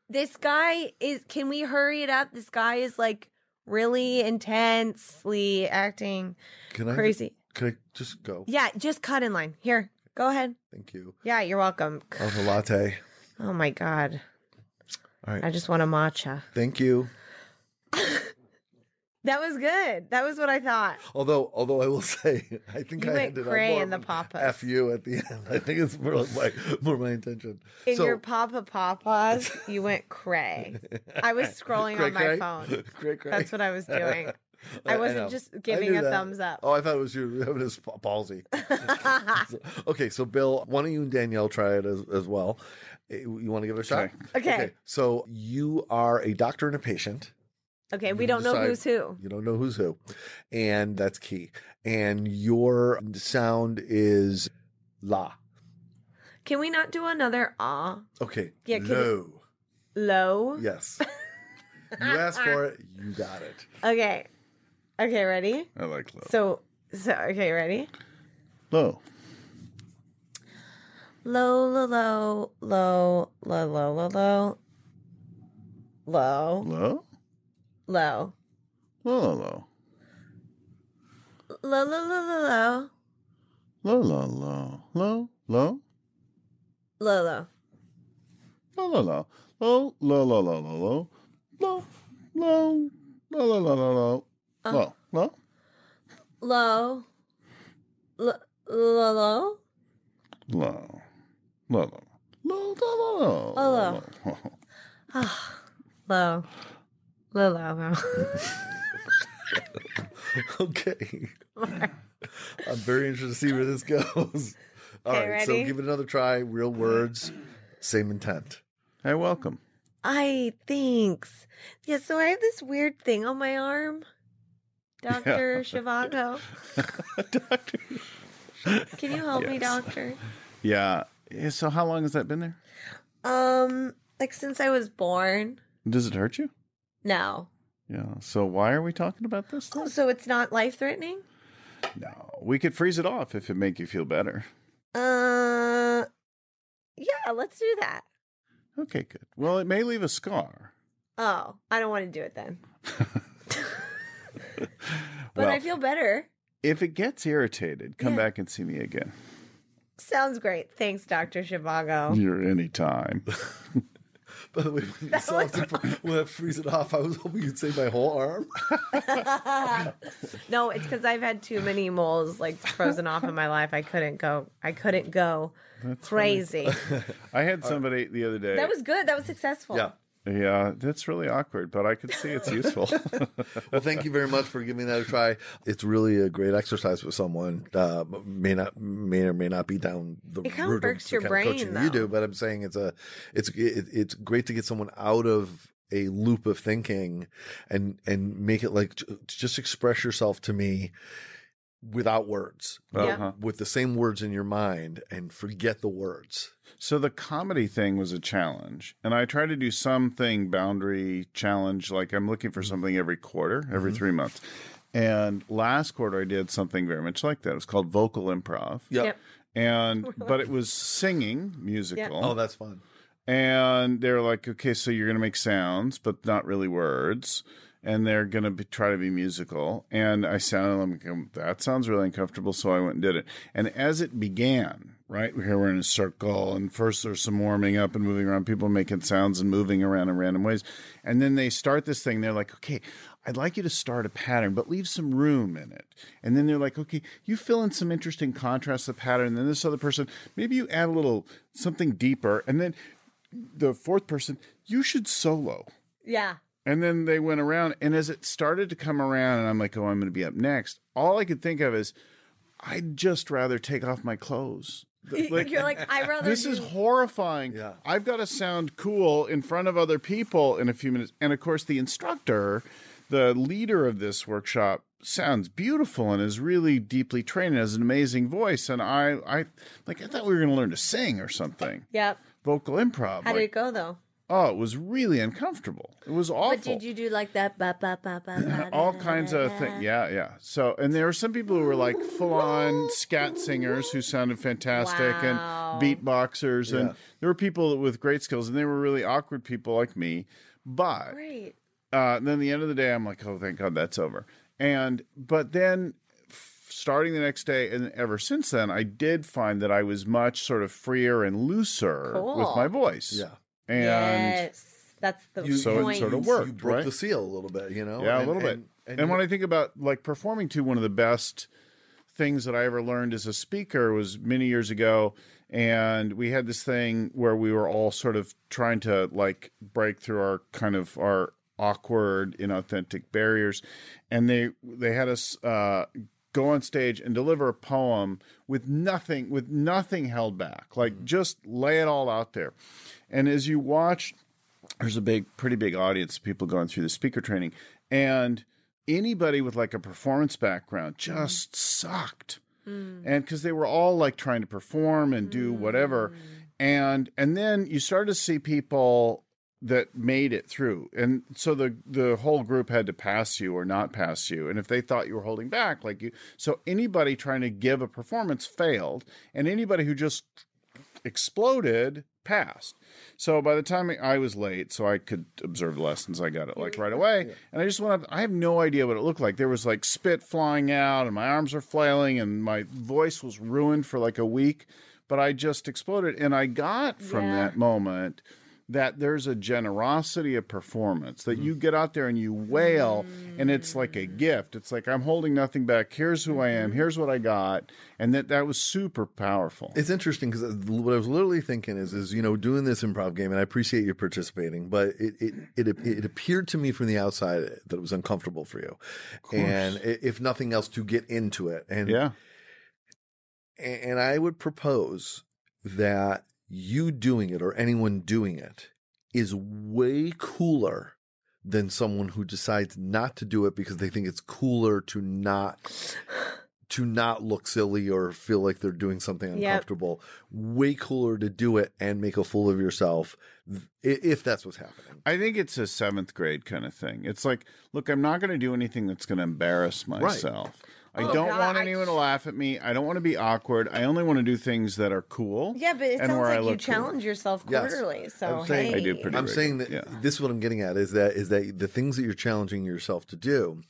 This guy is can we hurry it up? This guy is like really intensely acting
Can I?
crazy.
Can I just go?
Yeah, just cut in line. Here. Go ahead.
Thank you.
Yeah, you're welcome.
I'll have a latte.
Oh my god.
All right.
I just want a matcha.
Thank you.
That was good. That was what I thought.
Although, although I will say, I think
You
I
went
ended
cray
up more
in the
of an
papas.
F you at the end. I think it's more like my, more my intention.
In
So-
your Papa Papas, you went cray. I was scrolling on my
Cray-cray?
phone.
Cray-cray?
That's what I was doing. I wasn't
know.
just
I
giving
knew
a thumbs up.
Oh, I thought it was you having this pa- palsy. So- okay, so Bill, why don't you and Danielle try it as, as well? Eh, You want to give it a shot?
Okay.
Okay.
So you are a doctor and a patient.
Okay,
You
we
can
don't know
decide-
who's who.
You don't know who's who, and that's key. And your sound is la.
Can we not do another ah
Okay.
Yeah, can
Low.
low?
Yes. you asked for it. You got it.
Okay. Okay, ready?
I like low.
So so okay, ready?
low.
Low low low low low low low low low
Low?
low
Low, low,
low low low
low. Low, low, low. Low, low.
low low
Low, low, low. Low, low, low, low, low, low. Low, low, low, low, low, low.
Uh.
Low, low.
low low low low
Low. Low, low. Low, low, low,
Low,
low,
low.
low, low.
Ah, low low low low.
Okay. I'm very interested to see where this goes. All
Okay,
right, so
ready?
give it another try. Real words, same intent.
Hey, welcome.
I thanks. Yeah, so I have this weird thing on my arm. Dr. Shivago,
Doctor.
can you help me,
Yes.
doctor?
Yeah. Yeah, So how long has that been there?
Um, like since I was born.
Does it hurt you?
No.
Yeah. So why are we talking about this?
Oh,
then?
so it's not life threatening?
No, we could freeze it off if it make you feel better.
Uh Yeah, let's do that.
Okay, good. Well, it may leave a scar.
Oh, I don't want to do it then. But
well,
I feel better.
if it gets irritated, come
Yeah.
back and see me again.
Sounds great. Thanks, Dr. Shivago.
You're any time.
By the way, when you
That
saw
was-
it, when I freeze it off, I was hoping you'd say my whole arm.
no, it's because I've had too many moles like frozen off in my life. I couldn't go. I couldn't go crazy.
I had somebody the other day.
That was good. That was successful.
Yeah.
yeah, that's really awkward, but I could see it's useful.
Well, thank you very much for giving that a try. It's really a great exercise with someone uh, may not may or may not be down the
It kinda
route
works
the
your
kind of
brain,
coaching you
though.
do, but I'm saying it's a it's it, it's great to get someone out of a loop of thinking and and make it like j- just express yourself to me without words
Uh-huh.
with the same words in your mind and forget the words.
So the comedy thing was a challenge, and I try to do something boundary challenge. Like I'm looking for something every quarter, every three months. And last quarter, I did something very much like that. It was called vocal improv.
Yep.
And but it was singing musical.
Oh, that's fun.
and they're like, okay, so you're gonna make sounds, but not really words, and they're gonna be, try to be musical. And I sounded like that sounds really uncomfortable, so I went and did it. And as it began, right here we're in a circle, and first there's some warming up and moving around, people making sounds and moving around in random ways, and then they start this thing. They're like, okay. I'd like you to start a pattern, but leave some room in it. And then they're like, okay, you fill in some interesting contrast to the pattern. Then this other person, maybe you add a little something deeper. And then the fourth person, you should solo.
Yeah.
And then they went around, and as it started to come around, and I'm like, oh, I'm going to be up next. All I could think of is, I'd just rather take off my clothes. Th-
You're like, I rather.
this
do-
is horrifying.
Yeah.
I've got to sound cool in front of other people in a few minutes. And of course, the instructor, the leader of this workshop, sounds beautiful and is really deeply trained and has an amazing voice. And I, I like, I thought we were going to learn to sing or something,
Yep.
vocal improv.
How
like-
did it go though?
Oh, it was really uncomfortable. It was awful.
But did you do like that? Ba, ba, ba, ba, ba,
All
da, da,
kinds
da,
of
da?
things. Yeah, yeah. So, and there were some people who were like full on scat singers who sounded fantastic
Wow.
and beatboxers. And
Yeah.
there were people with great skills, and they were really awkward people like me. But
Great.
uh, then the end of the day, I'm like, oh, thank God that's over. And but then f- starting the next day and ever since then, I did find that I was much sort of freer and looser with
Cool.
my voice.
Yeah.
And
yes, that's the
So it
point.
sort of
You
worked,
broke
right?
the seal a little bit, you know.
Yeah,
And-
a little
and-
bit. And, when I think about like performing to one of the best things that I ever learned as a speaker was many years ago and we had this thing where we were all sort of trying to like break through our kind of our awkward inauthentic barriers and they they had us uh go on stage and deliver a poem with nothing with nothing held back like
Mm-hmm.
just lay it all out there and as you watch there's a big, pretty big audience of people going through the speaker training, and anybody with like a performance background just sucked, and because they were all like trying to perform and do whatever, and and then you started to see people that made it through, and so the the whole group had to pass you or not pass you, and if they thought you were holding back, like you, so anybody trying to give a performance failed, and anybody who just exploded passed. So by the time I was late, so I could observe the lessons, I got it like right away. And I just went up, I have no idea what it looked like. There was like spit flying out, and my arms are flailing, and my voice was ruined for like a week. But I just exploded. And I got from
Yeah.
that moment that there's a generosity of performance that you get out there and you wail and it's like a gift it's like i'm holding nothing back here's who i am here's what i got and that that was super powerful
It's interesting because what I was literally thinking is, is you know, doing this improv game, and I appreciate you participating, but it it it, it appeared to me from the outside that it was uncomfortable for you, and i- if nothing else, to get into it, and
yeah
A- And I would propose that you doing it or anyone doing it is way cooler than someone who decides not to do it because they think it's cooler to not to not look silly or feel like they're doing something
Yep.
uncomfortable. Way cooler to do it and make a fool of yourself th- i- if that's what's happening.
I think it's a seventh grade kind of thing. It's like, look, I'm not going to do anything that's going to embarrass myself. I
Oh,
don't
God,
want
I-
anyone to laugh at me. I don't want to be awkward. I only want to do things that are cool.
Yeah, but it
and
sounds
where I
like you
look cool.
challenge yourself
Yes.
quarterly. So
I'm saying-
hey,
I
do pretty-
I'm
regular,
saying that
yeah.
this is what I'm getting at is that is that the things that you're challenging yourself to do,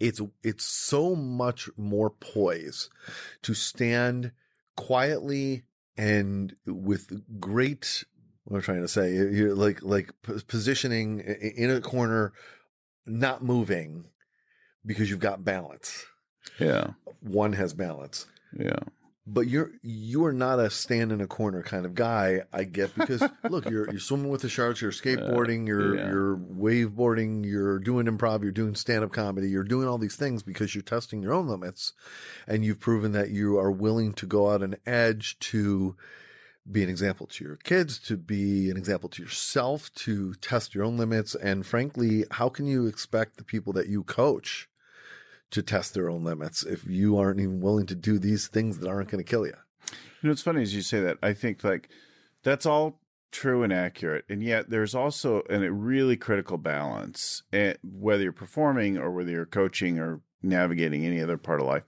it's it's so much more poise to stand quietly and with great what I'm trying to say, you're like like p- positioning i- i- in a corner, not moving because you've got balance.
Yeah,
One has balance
yeah.
but you're you're not a stand in a corner kind of guy. I get because look, you're you're swimming with the sharks, you're skateboarding, you're
yeah.
you're waveboarding, you're doing improv, you're doing stand up comedy, you're doing all these things because you're testing your own limits, and you've proven that you are willing to go out an edge to be an example to your kids, to be an example to yourself, to test your own limits, and frankly, how can you expect the people that you coach? to test their own limits if you aren't even willing to do these things that aren't going to kill you.
You know, it's funny as you say that. I think like that's all true and accurate, and yet there's also an, a really critical balance, eh, whether you're performing or whether you're coaching or navigating any other part of life,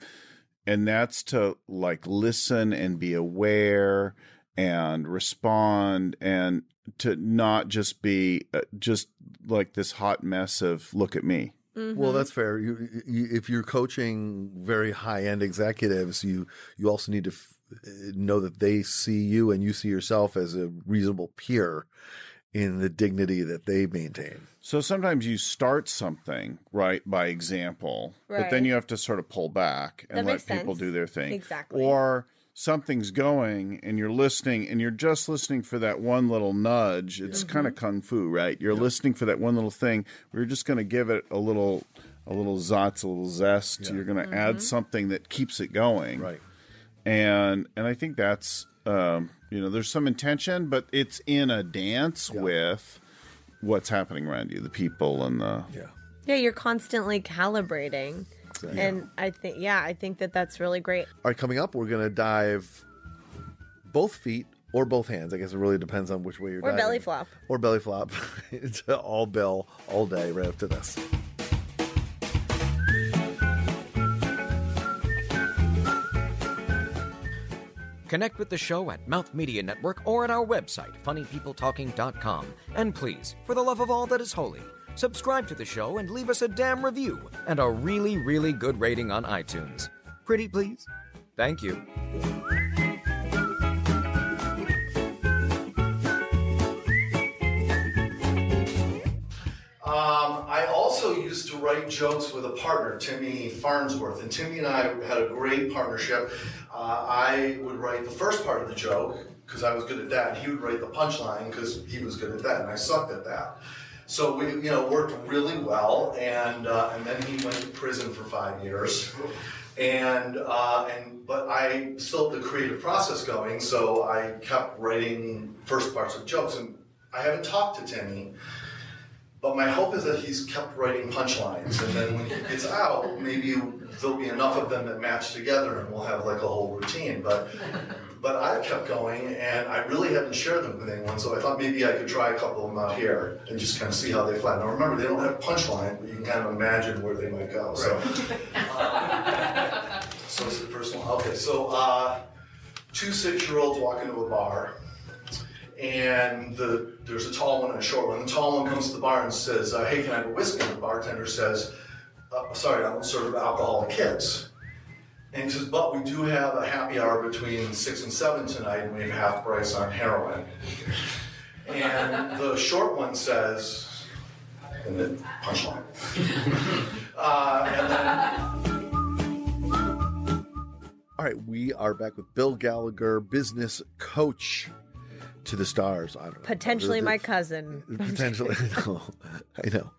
and that's to like listen and be aware and respond and to not just be uh, just like this hot mess of look at me.
Mm-hmm.
Well, that's fair. You, you, if you're coaching very high end executives, you you also need to f- eh, know that they see you and you see yourself as a reasonable peer in the dignity that they maintain.
So sometimes you start something right by example, but then
Right.
you have to sort of pull back and
That
let
makes
people
sense.
do their thing.
Exactly.
Or something's going and you're listening and you're just listening for that one little nudge. It's
Mm-hmm.
kind of kung fu, right? You're listening for that one little thing. We're just going to give it a little a little zotz, a little zest. You're going to
Mm-hmm.
add something that keeps it going and and I think that's um, you know there's some intention, but it's in a dance with what's happening around you, the people and the
Yeah.
yeah, you're constantly calibrating, and I think yeah, I think that that's really great.
All right, coming up, we're going to dive both feet or both hands. I guess it really depends on which way you're
Or
diving.
belly flop.
Or belly flop into all bell all day right after this.
Connect with the show at Mouth Media Network or at our website, funnypeopletalking.com. And please, for the love of all that is holy, subscribe to the show and leave us a damn review and a really, really good rating on iTunes. Pretty please? Thank you.
Um, I also used to write jokes with a partner, Timmy Farnsworth, and Timmy and I had a great partnership. Uh, I would write the first part of the joke because I was good at that, and he would write the punchline because he was good at that, and I sucked at that. So we, you know, worked really well, and uh, and then he went to prison for five years, and uh, and but I still had the creative process going, so I kept writing first parts of jokes, and I haven't talked to Timmy. But my hope is that he's kept writing punchlines, and then when he gets out, maybe there'll be enough of them that match together, and we'll have like a whole routine. But but I've kept going, and I really haven't shared them with anyone. So I thought maybe I could try a couple of them out here and just kind of see how they fly. Now remember, they don't have punchline, but you can kind of imagine where they might go. So um, so it's a personal. Okay, so uh, two six-year-olds walk into a bar and the there's a tall one and a short one. The tall one comes to the bar and says, uh, "Hey, can I have a whiskey?" And the bartender says, uh, "Sorry, I don't serve alcohol to kids." And he says, "But we do have a happy hour between six and seven tonight, and we have half price on heroin." And the short one says, and then punchline. uh, and then
All right, we are back with Bill Gallagher, business coach to the stars. I don't know.
Potentially my cousin.
Potentially, no, I know.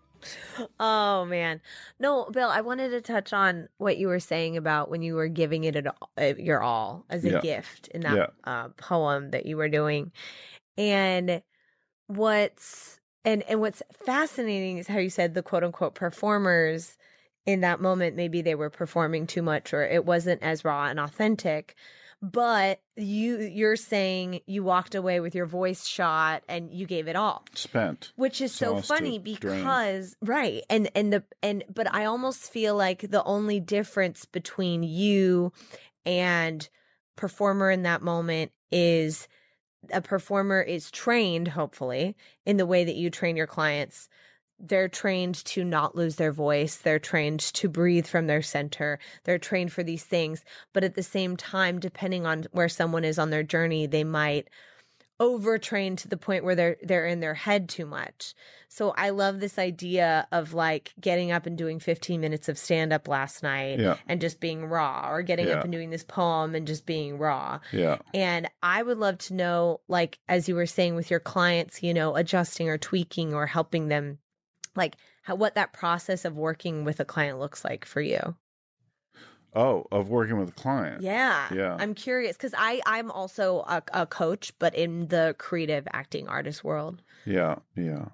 Oh man. No, Bill, I wanted to touch on what you were saying about when you were giving it an, uh, your all as a
Yeah.
gift in that uh, poem that you were doing. And what's and and what's fascinating is how you said the quote unquote performers in that moment maybe they were performing too much or it wasn't as raw and authentic but you you're saying you walked away with your voice shot and you gave it all
Spent.
which is so
Exhausted,
funny
drained.
because right and and the and but i almost feel like the only difference between you and performer in that moment is a performer is trained hopefully in the way that you train your clients they're trained to not lose their voice they're trained to breathe from their center they're trained for these things but at the same time depending on where someone is on their journey they might overtrained to the point where they're they're in their head too much. So I love this idea of like getting up and doing 15 minutes of stand up last night
Yeah.
and just being raw or getting
Yeah.
up and doing this poem and just being raw.
Yeah.
And I would love to know, like, as you were saying with your clients, you know, adjusting or tweaking or helping them, like, how, what that process of working with a client looks like for you.
Oh, of working with a client.
Yeah.
Yeah.
I'm curious because I, I'm also a, a coach, but in the creative acting artist world.
Yeah. Yeah.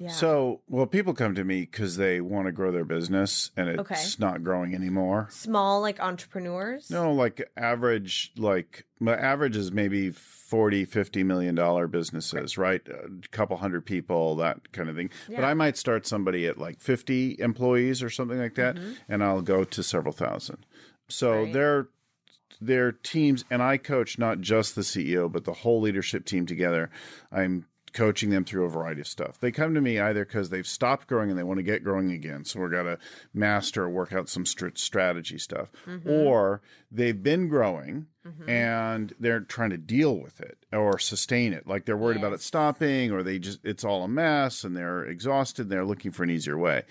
Yeah.
So, well, people come to me because they want to grow their business and it's
Okay.
not growing anymore.
small like entrepreneurs?
No, like average, like my average is maybe 40, 50 million dollar businesses, right? A couple hundred people, that kind of thing. But
Yeah.
I might start somebody at like 50 employees or something like that, and I'll go to several thousand. So
Mm-hmm. Right.
they're their teams and I coach not just the CEO but the whole leadership team together. I'm coaching them through a variety of stuff. They come to me either cuz they've stopped growing and they want to get growing again. So we're going to master or work out some str- strategy stuff. Or they've been growing and they're trying to deal with it or sustain it. Like they're worried about it stopping or they just it's all a mess and they're exhausted and they're looking for an easier way.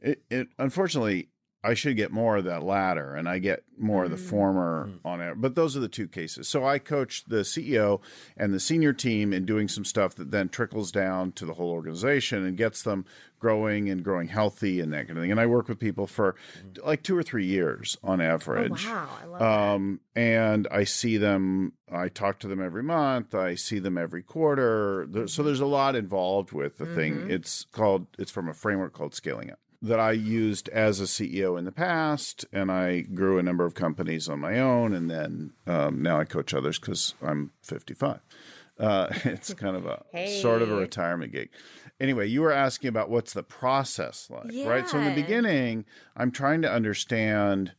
It, it unfortunately I should get more of that latter and I get more of the former on it. But those are the two cases. So I coach the CEO and the senior team in doing some stuff that then trickles down to the whole organization and gets them growing and growing healthy and that kind of thing. And I work with people for like two or three years on average.
Wow, I love
Um, and I see them, I talk to them every month. I see them every quarter. There,
Mm-hmm.
so there's a lot involved with the thing. It's called, it's from a framework called Scaling Up that I used as a CEO in the past. And I grew a number of companies on my own. And then um, now I coach others because I'm 55. Uh, it's kind of a sort of a
Hey.
retirement gig. Anyway, you were asking about what's the process like, right? So in the
Yeah.
beginning, I'm trying to understand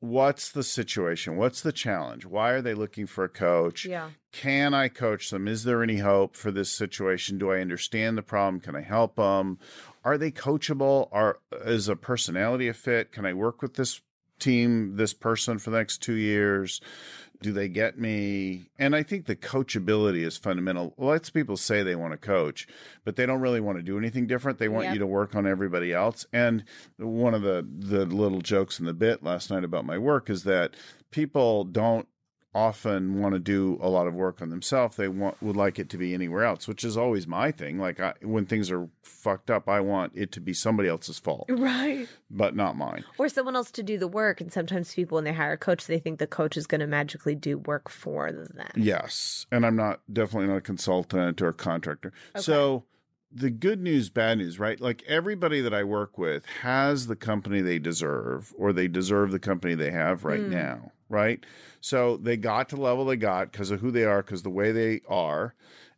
what's the situation? What's the challenge? Why are they looking for a coach?
Yeah.
Can I coach them? Is there any hope for this situation? Do I understand the problem? Can I help them? Are they coachable? Are is a personality a fit? Can I work with this team, this person for the next 2 years? Do they get me? And I think the coachability is fundamental. Lots of people say they want to coach, but they don't really want to do anything different. They want
Yep.
you to work on everybody else. And one of the the little jokes in the bit last night about my work is that people don't often want to do a lot of work on themselves. They want would like it to be anywhere else, which is always my thing. Like I, when things are fucked up, I want it to be somebody else's fault,
Right.
but not mine.
Or someone else to do the work. And sometimes people, when they hire a coach, they think the coach is going to magically do work for them.
Yes, and I'm not definitely not a consultant or a contractor. So the good news, bad news, right? Like everybody that I work with has the company they deserve, or they deserve the company they have right now, right? So they got to the level they got because of who they are, because the way they are.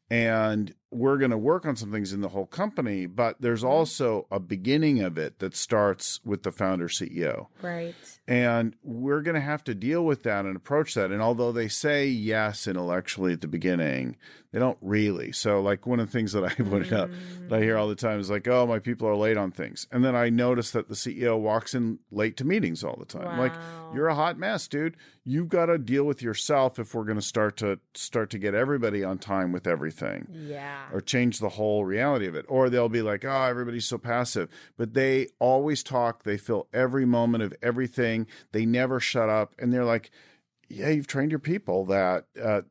And we're going to work on some things in the whole company, but there's also a beginning of it that starts with the founder E CEO.
Right.
And we're going to have to deal with that and approach that. And although they say yes intellectually at the beginning, they don't really. So, like, one of the things that I put up that I hear all the time is like, oh, my people are late on things. And then I notice that the CEO walks in late to meetings all the time. Like,
Wow.
you're a hot mess, dude. You've got to deal with yourself if we're going to start to start to get everybody on time with everything
Yeah.
or change the whole reality of it. Or they'll be like, oh, everybody's so passive. But they always talk, they fill every moment of everything, they never shut up. And they're like, yeah, you've trained your people that uh,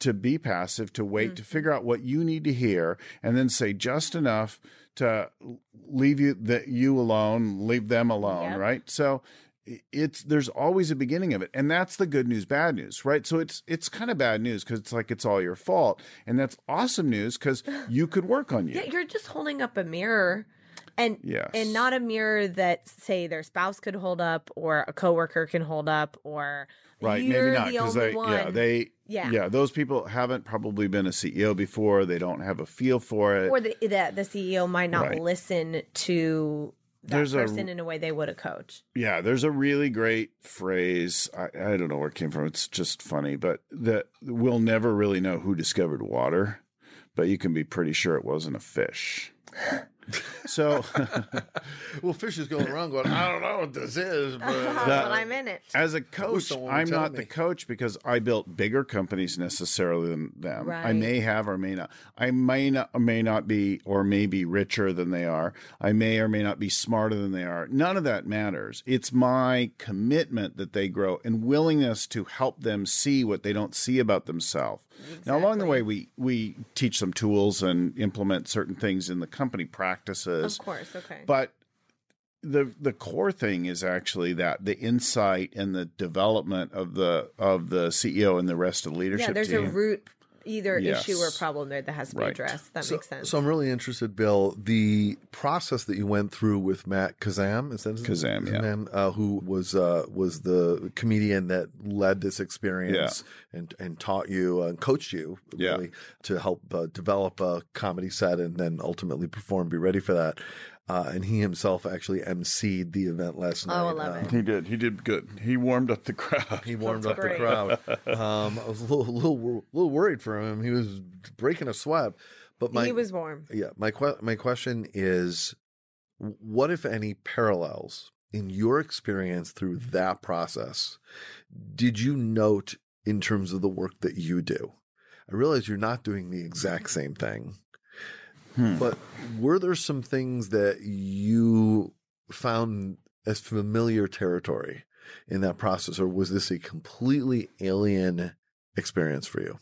to be passive, to wait,
Mm-hmm.
to figure out what you need to hear, and then say just enough to leave you that you alone, leave them alone,
Yep.
right? So i- it's there's always a beginning of it, and that's the good news, bad news, right? So it's it's kind of bad news because it's like it's all your fault, and that's awesome news because you could work on you.
Yeah, you're just holding up a mirror. And
Yes.
and not a mirror that say their spouse could hold up or a coworker can hold up or
right
you're
maybe not
the
because
only
they yeah
one.
they
Yeah.
yeah. those people haven't probably been a ceo before they don't have a feel for it
or the, that the CEO might not
Right.
listen to that
There's a-
person in a way they would a coach.
yeah there's a really great phrase I, I don't know where it came from it's just funny but that we'll never really know who discovered water but you can be pretty sure it wasn't a fish so
Well, fish is going around going, I don't know what this is, but
Uh,
but I'm in it.
As a coach,
someone would
I'm
tell
not
me.
the coach because I built bigger companies necessarily than them. I
Right.
may have or may not. I may not or may not be or may be richer than they are. I may or may not be smarter than they are. None of that matters. It's my commitment that they grow and willingness to help them see what they don't see about themselves. Now along the way we we teach them tools and implement certain things in the company practices.
Of course, okay.
But the the core thing is actually that the insight and the development of the of the CEO and the rest of the leadership
yeah, there's
team.
a root either issue or
Yes.
problem there that has to be
Right.
addressed. That makes sense.
So I'm really interested, Bill, the process that you went through with Matt Kazam, is that his
Kazam,
his
yeah.
name? Uh, who was uh, was the comedian that led this experience and and taught you uh, and coached you
Yeah.
really to help uh, develop a comedy set and then ultimately perform. Be ready for that. Uh, and he himself actually emceed the event last night.
Oh, I love
Uh,
it.
he did. He did good. He warmed up the crowd.
he warmed
That's
up the
great.
crowd. Um, I was a little, little, wor- little worried for him. He was breaking a sweat, but my
he was warm.
yeah my que- my question is what if any parallels in your experience through
Mm-hmm.
that process did you note in terms of the work that you do i realize you're not doing the exact same thing
Hmm.
but were there some things that you found as familiar territory in that process or was this a completely alien experience for you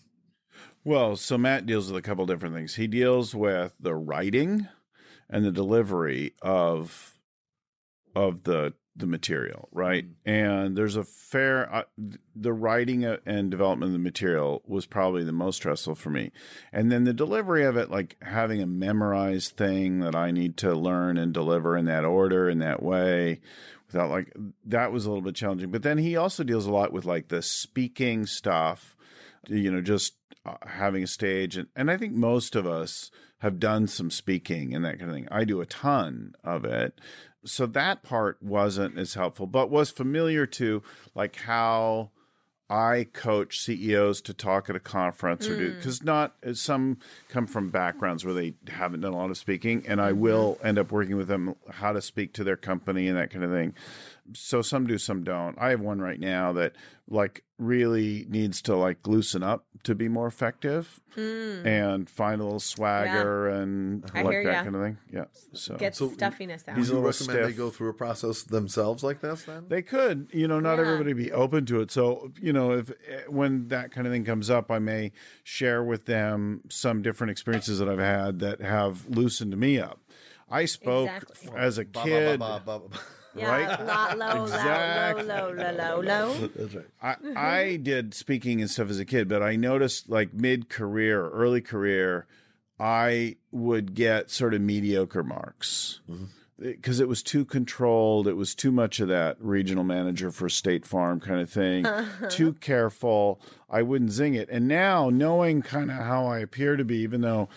Well, so Matt deals with a couple different things. He deals with the writing and the delivery of of the the material, right? And there's a fair uh, th- the writing uh, and development of the material was probably the most stressful for me. And then the delivery of it like having a memorized thing that I need to learn and deliver in that order in that way without like that was a little bit challenging. But then he also deals a lot with like the speaking stuff you know, just uh, having a stage. And, and I think most of us have done some speaking and that kind of thing. I do a ton of it. So that part wasn't as helpful, but was familiar to like how I coach CEOs to talk at a conference or do
Mm.
because not uh, some come from backgrounds where they haven't done a lot of speaking, and I
Mm-hmm.
will end up working with them how to speak to their company and that kind of thing. So some do, some don't. I have one right now that like really needs to like loosen up to be more effective and find a little swagger and
Mm. I
like
hear
that
ya.
kind of thing. Yeah. So
Get
so-
stuffiness out.
He's
do
a
you
little
recommend they
stiff.
go through a process themselves like this then
They could, you know, not
Yeah.
everybody be open to it. So, you know, if eh, when that kind of thing comes up, I may share with them some different experiences that I've had that have loosened me up. I spoke
Exactly.
as a
Ba, ba,
kid.
ba, ba, ba, ba.
yeah,
right?
la- low,
Exactly.
low, low, low, low, low.
That's right.
I,
Mm-hmm.
I did speaking and stuff as a kid, but I noticed like mid career, early career, I would get sort of mediocre marks
Mm-hmm.
because it was too controlled. It was too much of that regional manager for State Farm kind of thing,
Uh-huh.
too careful. I wouldn't zing it. And now, knowing kind of how I appear to be, even though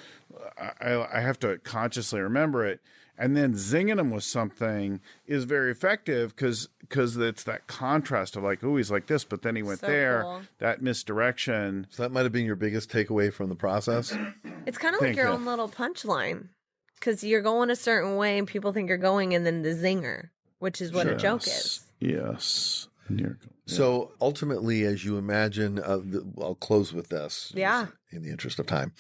I, I I have to consciously remember it, and then zinging him with something is very effective because because it's that contrast of like, oh, he's like this, but then he went
So
there.
cool.
That misdirection.
So that might have been your biggest takeaway from the process.
It's kind of like
Thank
your
you.
own little punchline because you're going a certain way and people think you're going, and then the zinger, which is what a joke is.
Yes. Near-
So ultimately, as you imagine, uh, the, I'll close with this.
Yeah.
In the interest of time,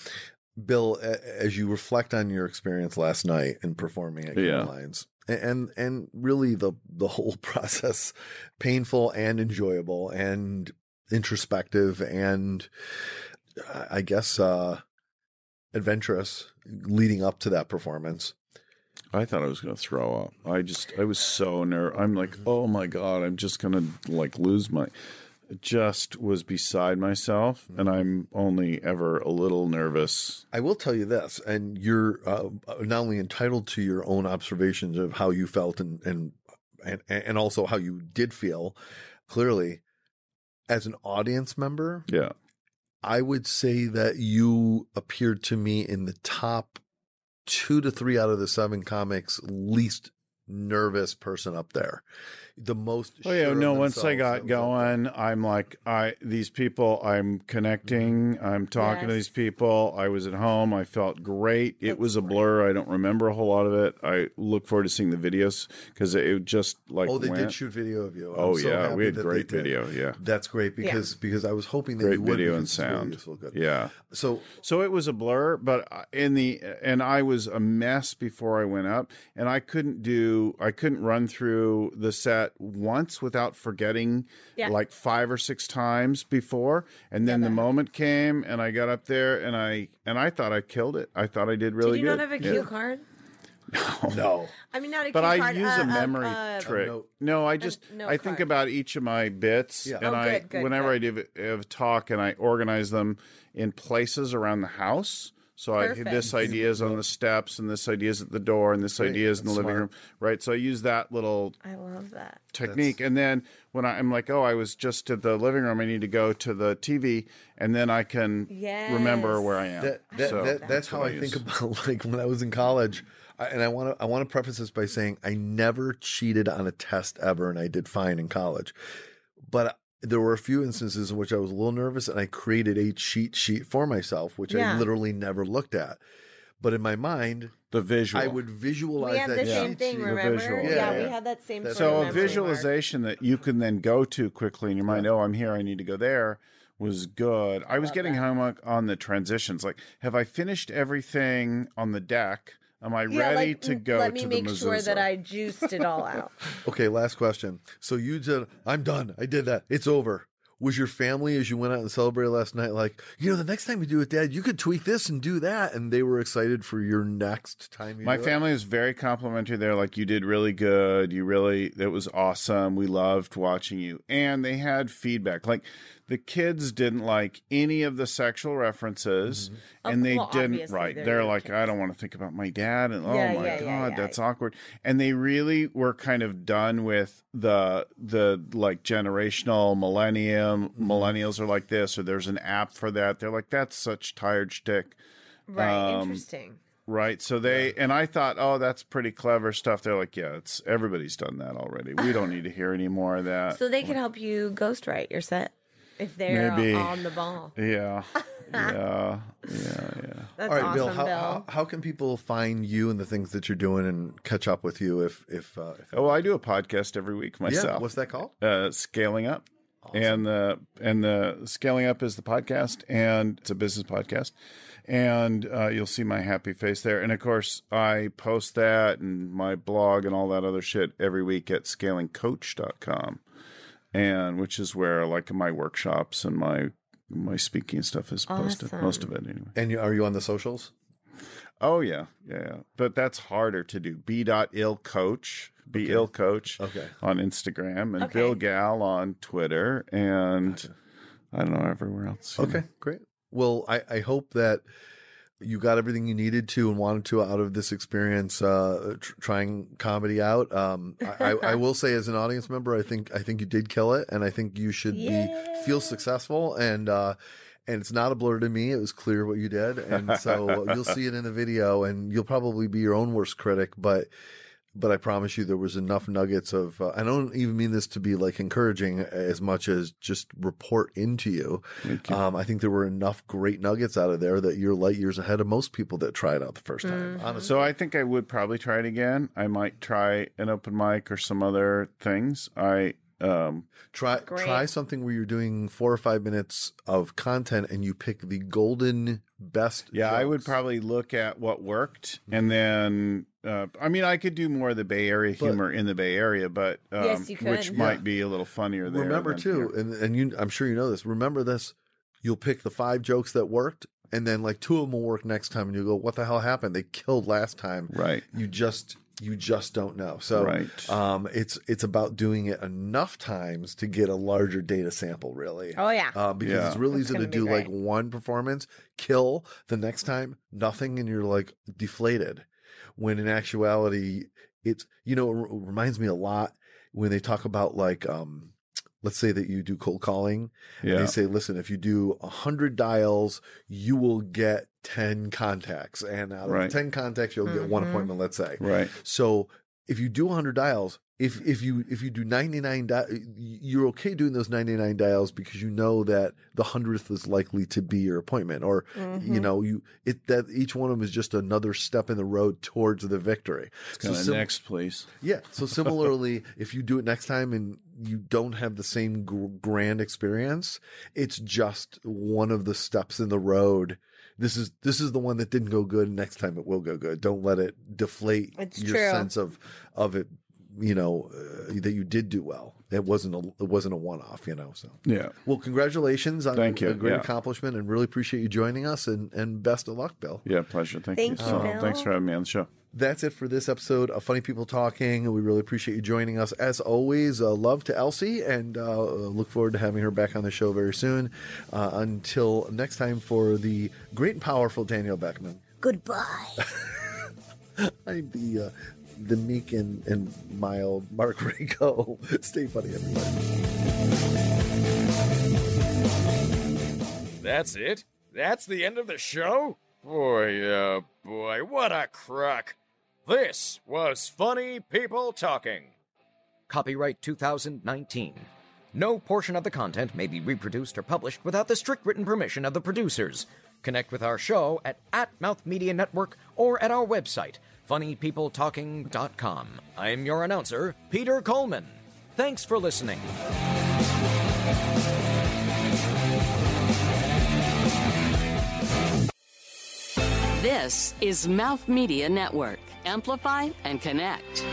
Bill, a- as you reflect on your experience last night in performing at
Yeah.
Caroline's, a- and and really the the whole process, painful and enjoyable, and introspective and uh, I guess uh, adventurous leading up to that performance.
I thought I was going to throw up. I just, I was so nervous. I'm like, oh my God, I'm just going to like lose my, just was beside myself. And I'm only ever a little nervous.
I will tell you this, and you're uh, not only entitled to your own observations of how you felt and and and, and also how you did feel. Clearly, as an audience member,
Yeah.
I would say that you appeared to me in the top two to three out of the seven comics least nervous person up there. The most.
Oh yeah,
sure of
no. Once I
themselves that
got
was up there.
going, I'm like, I these people, I'm connecting, I'm talking to
Yes.
these people. I was at home, I felt great. It
That's
was a blur. I don't remember a whole lot of it. I look forward to seeing the videos because it, it just like
Oh, they
went-
did shoot video of you. I'm
Oh
so
yeah,
happy
we had
that they
great
did.
video. Yeah,
That's great because because I was hoping that
great
you would
video and
because it's really
sound.
useful, good.
Yeah.
So
So it was a blur, but I- in the and I was a mess before I went up, and I couldn't do I couldn't run through the set once without forgetting
Yeah.
like five or six times before, and then the moment came, and I got up there, and I and I thought I killed it. I thought I did really
Did you
good.
not have a
Yeah.
cue card?
Oh,
no.
I mean, not a
But
cue
I
card.
use
uh,
a memory
uh,
trick.
A note.
no, I just
note
I think
card.
about each of my bits,
Yeah.
and
Oh,
I
good, good,
whenever
good.
I do have a talk and I organize them in places around the house. So I
Perfect.
this idea is on the steps, and this idea is at the door, and this idea is in the
That's
living room,
smart.
right? So I use that little
I love that.
technique. and then when I, I'm like, oh, I was just at the living room, I need to go to the TV, and then I can remember
Yes.
where I am.
That, that,
So
that, that's how
what
I,
use.
think about like when I was in college. I, and I want to I want to preface this by saying I never cheated on a test ever, and I did fine in college. But there were a few instances in which I was a little nervous, and I created a cheat sheet for myself, which I
Yeah.
literally never looked at. But in my mind,
the visual.
I would visualize
We had
that
the
cheat
same thing,
sheet.
remember?
visual.
Yeah,
Yeah, yeah.
we had that same.
That's-
sort
So a
of memory mark.
visualization that you can then go to quickly in your mind, oh, I'm here, I need to go there was good. I was getting hung up on the transitions. Like, have I finished everything on the deck? Am I
Yeah,
ready
like,
to
mm,
go
Let
to
me
the
make sure that
mezuzah?
I juiced it all out.
Okay, last question. So you did. I'm done. I did that. It's over. Was your family, as you went out and celebrated last night, like you know, the next time we do it, Dad, you could tweak this and do that, and they were excited for your next time. You
My
do it?
family is very complimentary. They're like, you did really good. You really, that was awesome. We loved watching you. And they had feedback. Like, the kids didn't like any of the sexual references. And they
well,
didn't,
obviously,
right.
they're
They're,
little
like, I don't want to think about my dad. And
Yeah,
oh my
yeah,
God,
yeah, yeah.
that's awkward. And they really were kind of done with the, the like generational millennium. Millennials are like this, or there's an app for that. They're like, that's such tired shtick
Right.
Um,
Interesting.
right? So they and I thought, oh, that's pretty clever stuff. They're like, yeah, it's everybody's done that already. We don't need to hear any more of that.
So they could help you ghostwrite your set if they're
Maybe.
on the ball.
yeah, yeah, yeah, yeah.
That's
All right,
awesome,
Bill, how, How, how can people find you and the things that you're doing and catch up with you if if, uh, if
Oh, well, I do a podcast every week myself.
yeah? What's that called?
uh, scaling up and the and the scaling up is the podcast and it's a business podcast and uh, you'll see my happy face there and of course i post that and my blog and all that other shit every week at scalingcoach.com and which is where like my workshops and my my speaking and stuff is posted most of it anyway
And you, are you on the socials?
oh yeah yeah, yeah. but that's harder to do b dot ill coach be ill coach
Okay.
on Instagram and
Okay.
Bill Gal on Twitter and I don't know everywhere else. you know.
Okay, great. Well, I, I hope that you got everything you needed to and wanted to out of this experience uh, tr- trying comedy out. Um, I, I, I will say, as an audience member, I think I think you did kill it, and I think you should be feel successful and. Uh, and it's not a blur to me. It was clear what you did, and so you'll see it in the video, and you'll probably be your own worst critic. But, but I promise you, there was enough nuggets of. Uh, I don't even mean this to be like encouraging as much as just report into you. Um, I think there were enough great nuggets out of there that you're light years ahead of most people that try it out the first time. Honestly,
So I think I would probably try it again. I might try an open mic or some other things. I Um,
Try
Great.
try something where you're doing four or five minutes of content and you pick the golden best.
Yeah, I would
jokes.
probably look at what worked,
Mm-hmm.
and then uh, I mean, I could do more of the Bay Area
But-
humor in the Bay Area, but um,
Yes, you
which
could.
might
Yeah.
be a little funnier. There
remember
than
too,
here.
and and you, I'm sure you know this. Remember this: you'll pick the five jokes that worked, and then like two of them will work next time, and you'll go, "What the hell happened? They killed last time."
right?
You just you just don't know. So
Right.
um, it's it's about doing it enough times to get a larger data sample, really.
Oh yeah.
Uh, because
Yeah.
it's really
That's
easy to
gonna be
do like
great.
one performance, kill the next time, nothing, and you're like deflated. When in actuality, it's you know it r- reminds me a lot when they talk about like um, let's say that you do cold calling. And
Yeah,
they say, listen, if you do a hundred dials, you will get ten contacts, and out of
Right.
ten contacts, you'll get one
Mhm.
appointment. Let's say,
right.
so if you do 100 dials, if if you if you do 99 di- you're okay doing those 99 dials because you know that the 100th is likely to be your appointment or
Mm-hmm.
you know you it that each one of them is just another step in the road towards the victory.
It's kind of
sim-
next, please.
yeah. So similarly, if you do it next time and you don't have the same gr- grand experience, it's just one of the steps in the road. This is this is the one that didn't go good. Next time it will go good. Don't let it deflate
It's
your
true.
sense of of it. You know uh, that you did do well. It wasn't a it wasn't a one off. You know. So
Yeah.
well, congratulations on
Thank you,
a great
yeah.
accomplishment, and really appreciate you joining us. And and best of luck, Bill.
Yeah, pleasure. Thank,
Thank
you.
you,
so-
Bill.
Thanks for having me on the show.
that's it for this episode of Funny People Talking. We really appreciate you joining us. As always, uh, love to Elsie and uh, look forward to having her back on the show very soon. Uh, until next time, for the great and powerful Daniel Beckman,
Goodbye.
I'm the, uh, the meek and, and mild Mark Rico. Stay funny, everybody.
That's it? That's the end of the show? Boy, uh, boy, what a crock. This was Funny People Talking.
Copyright 2019. No portion of the content may be reproduced or published without the strict written permission of the producers. Connect with our show at, at Mouth Media Network or at our website, funnypeopletalking.com. I'm your announcer, Peter Coleman. Thanks for listening.
This is Mouth Media Network. Amplify and connect.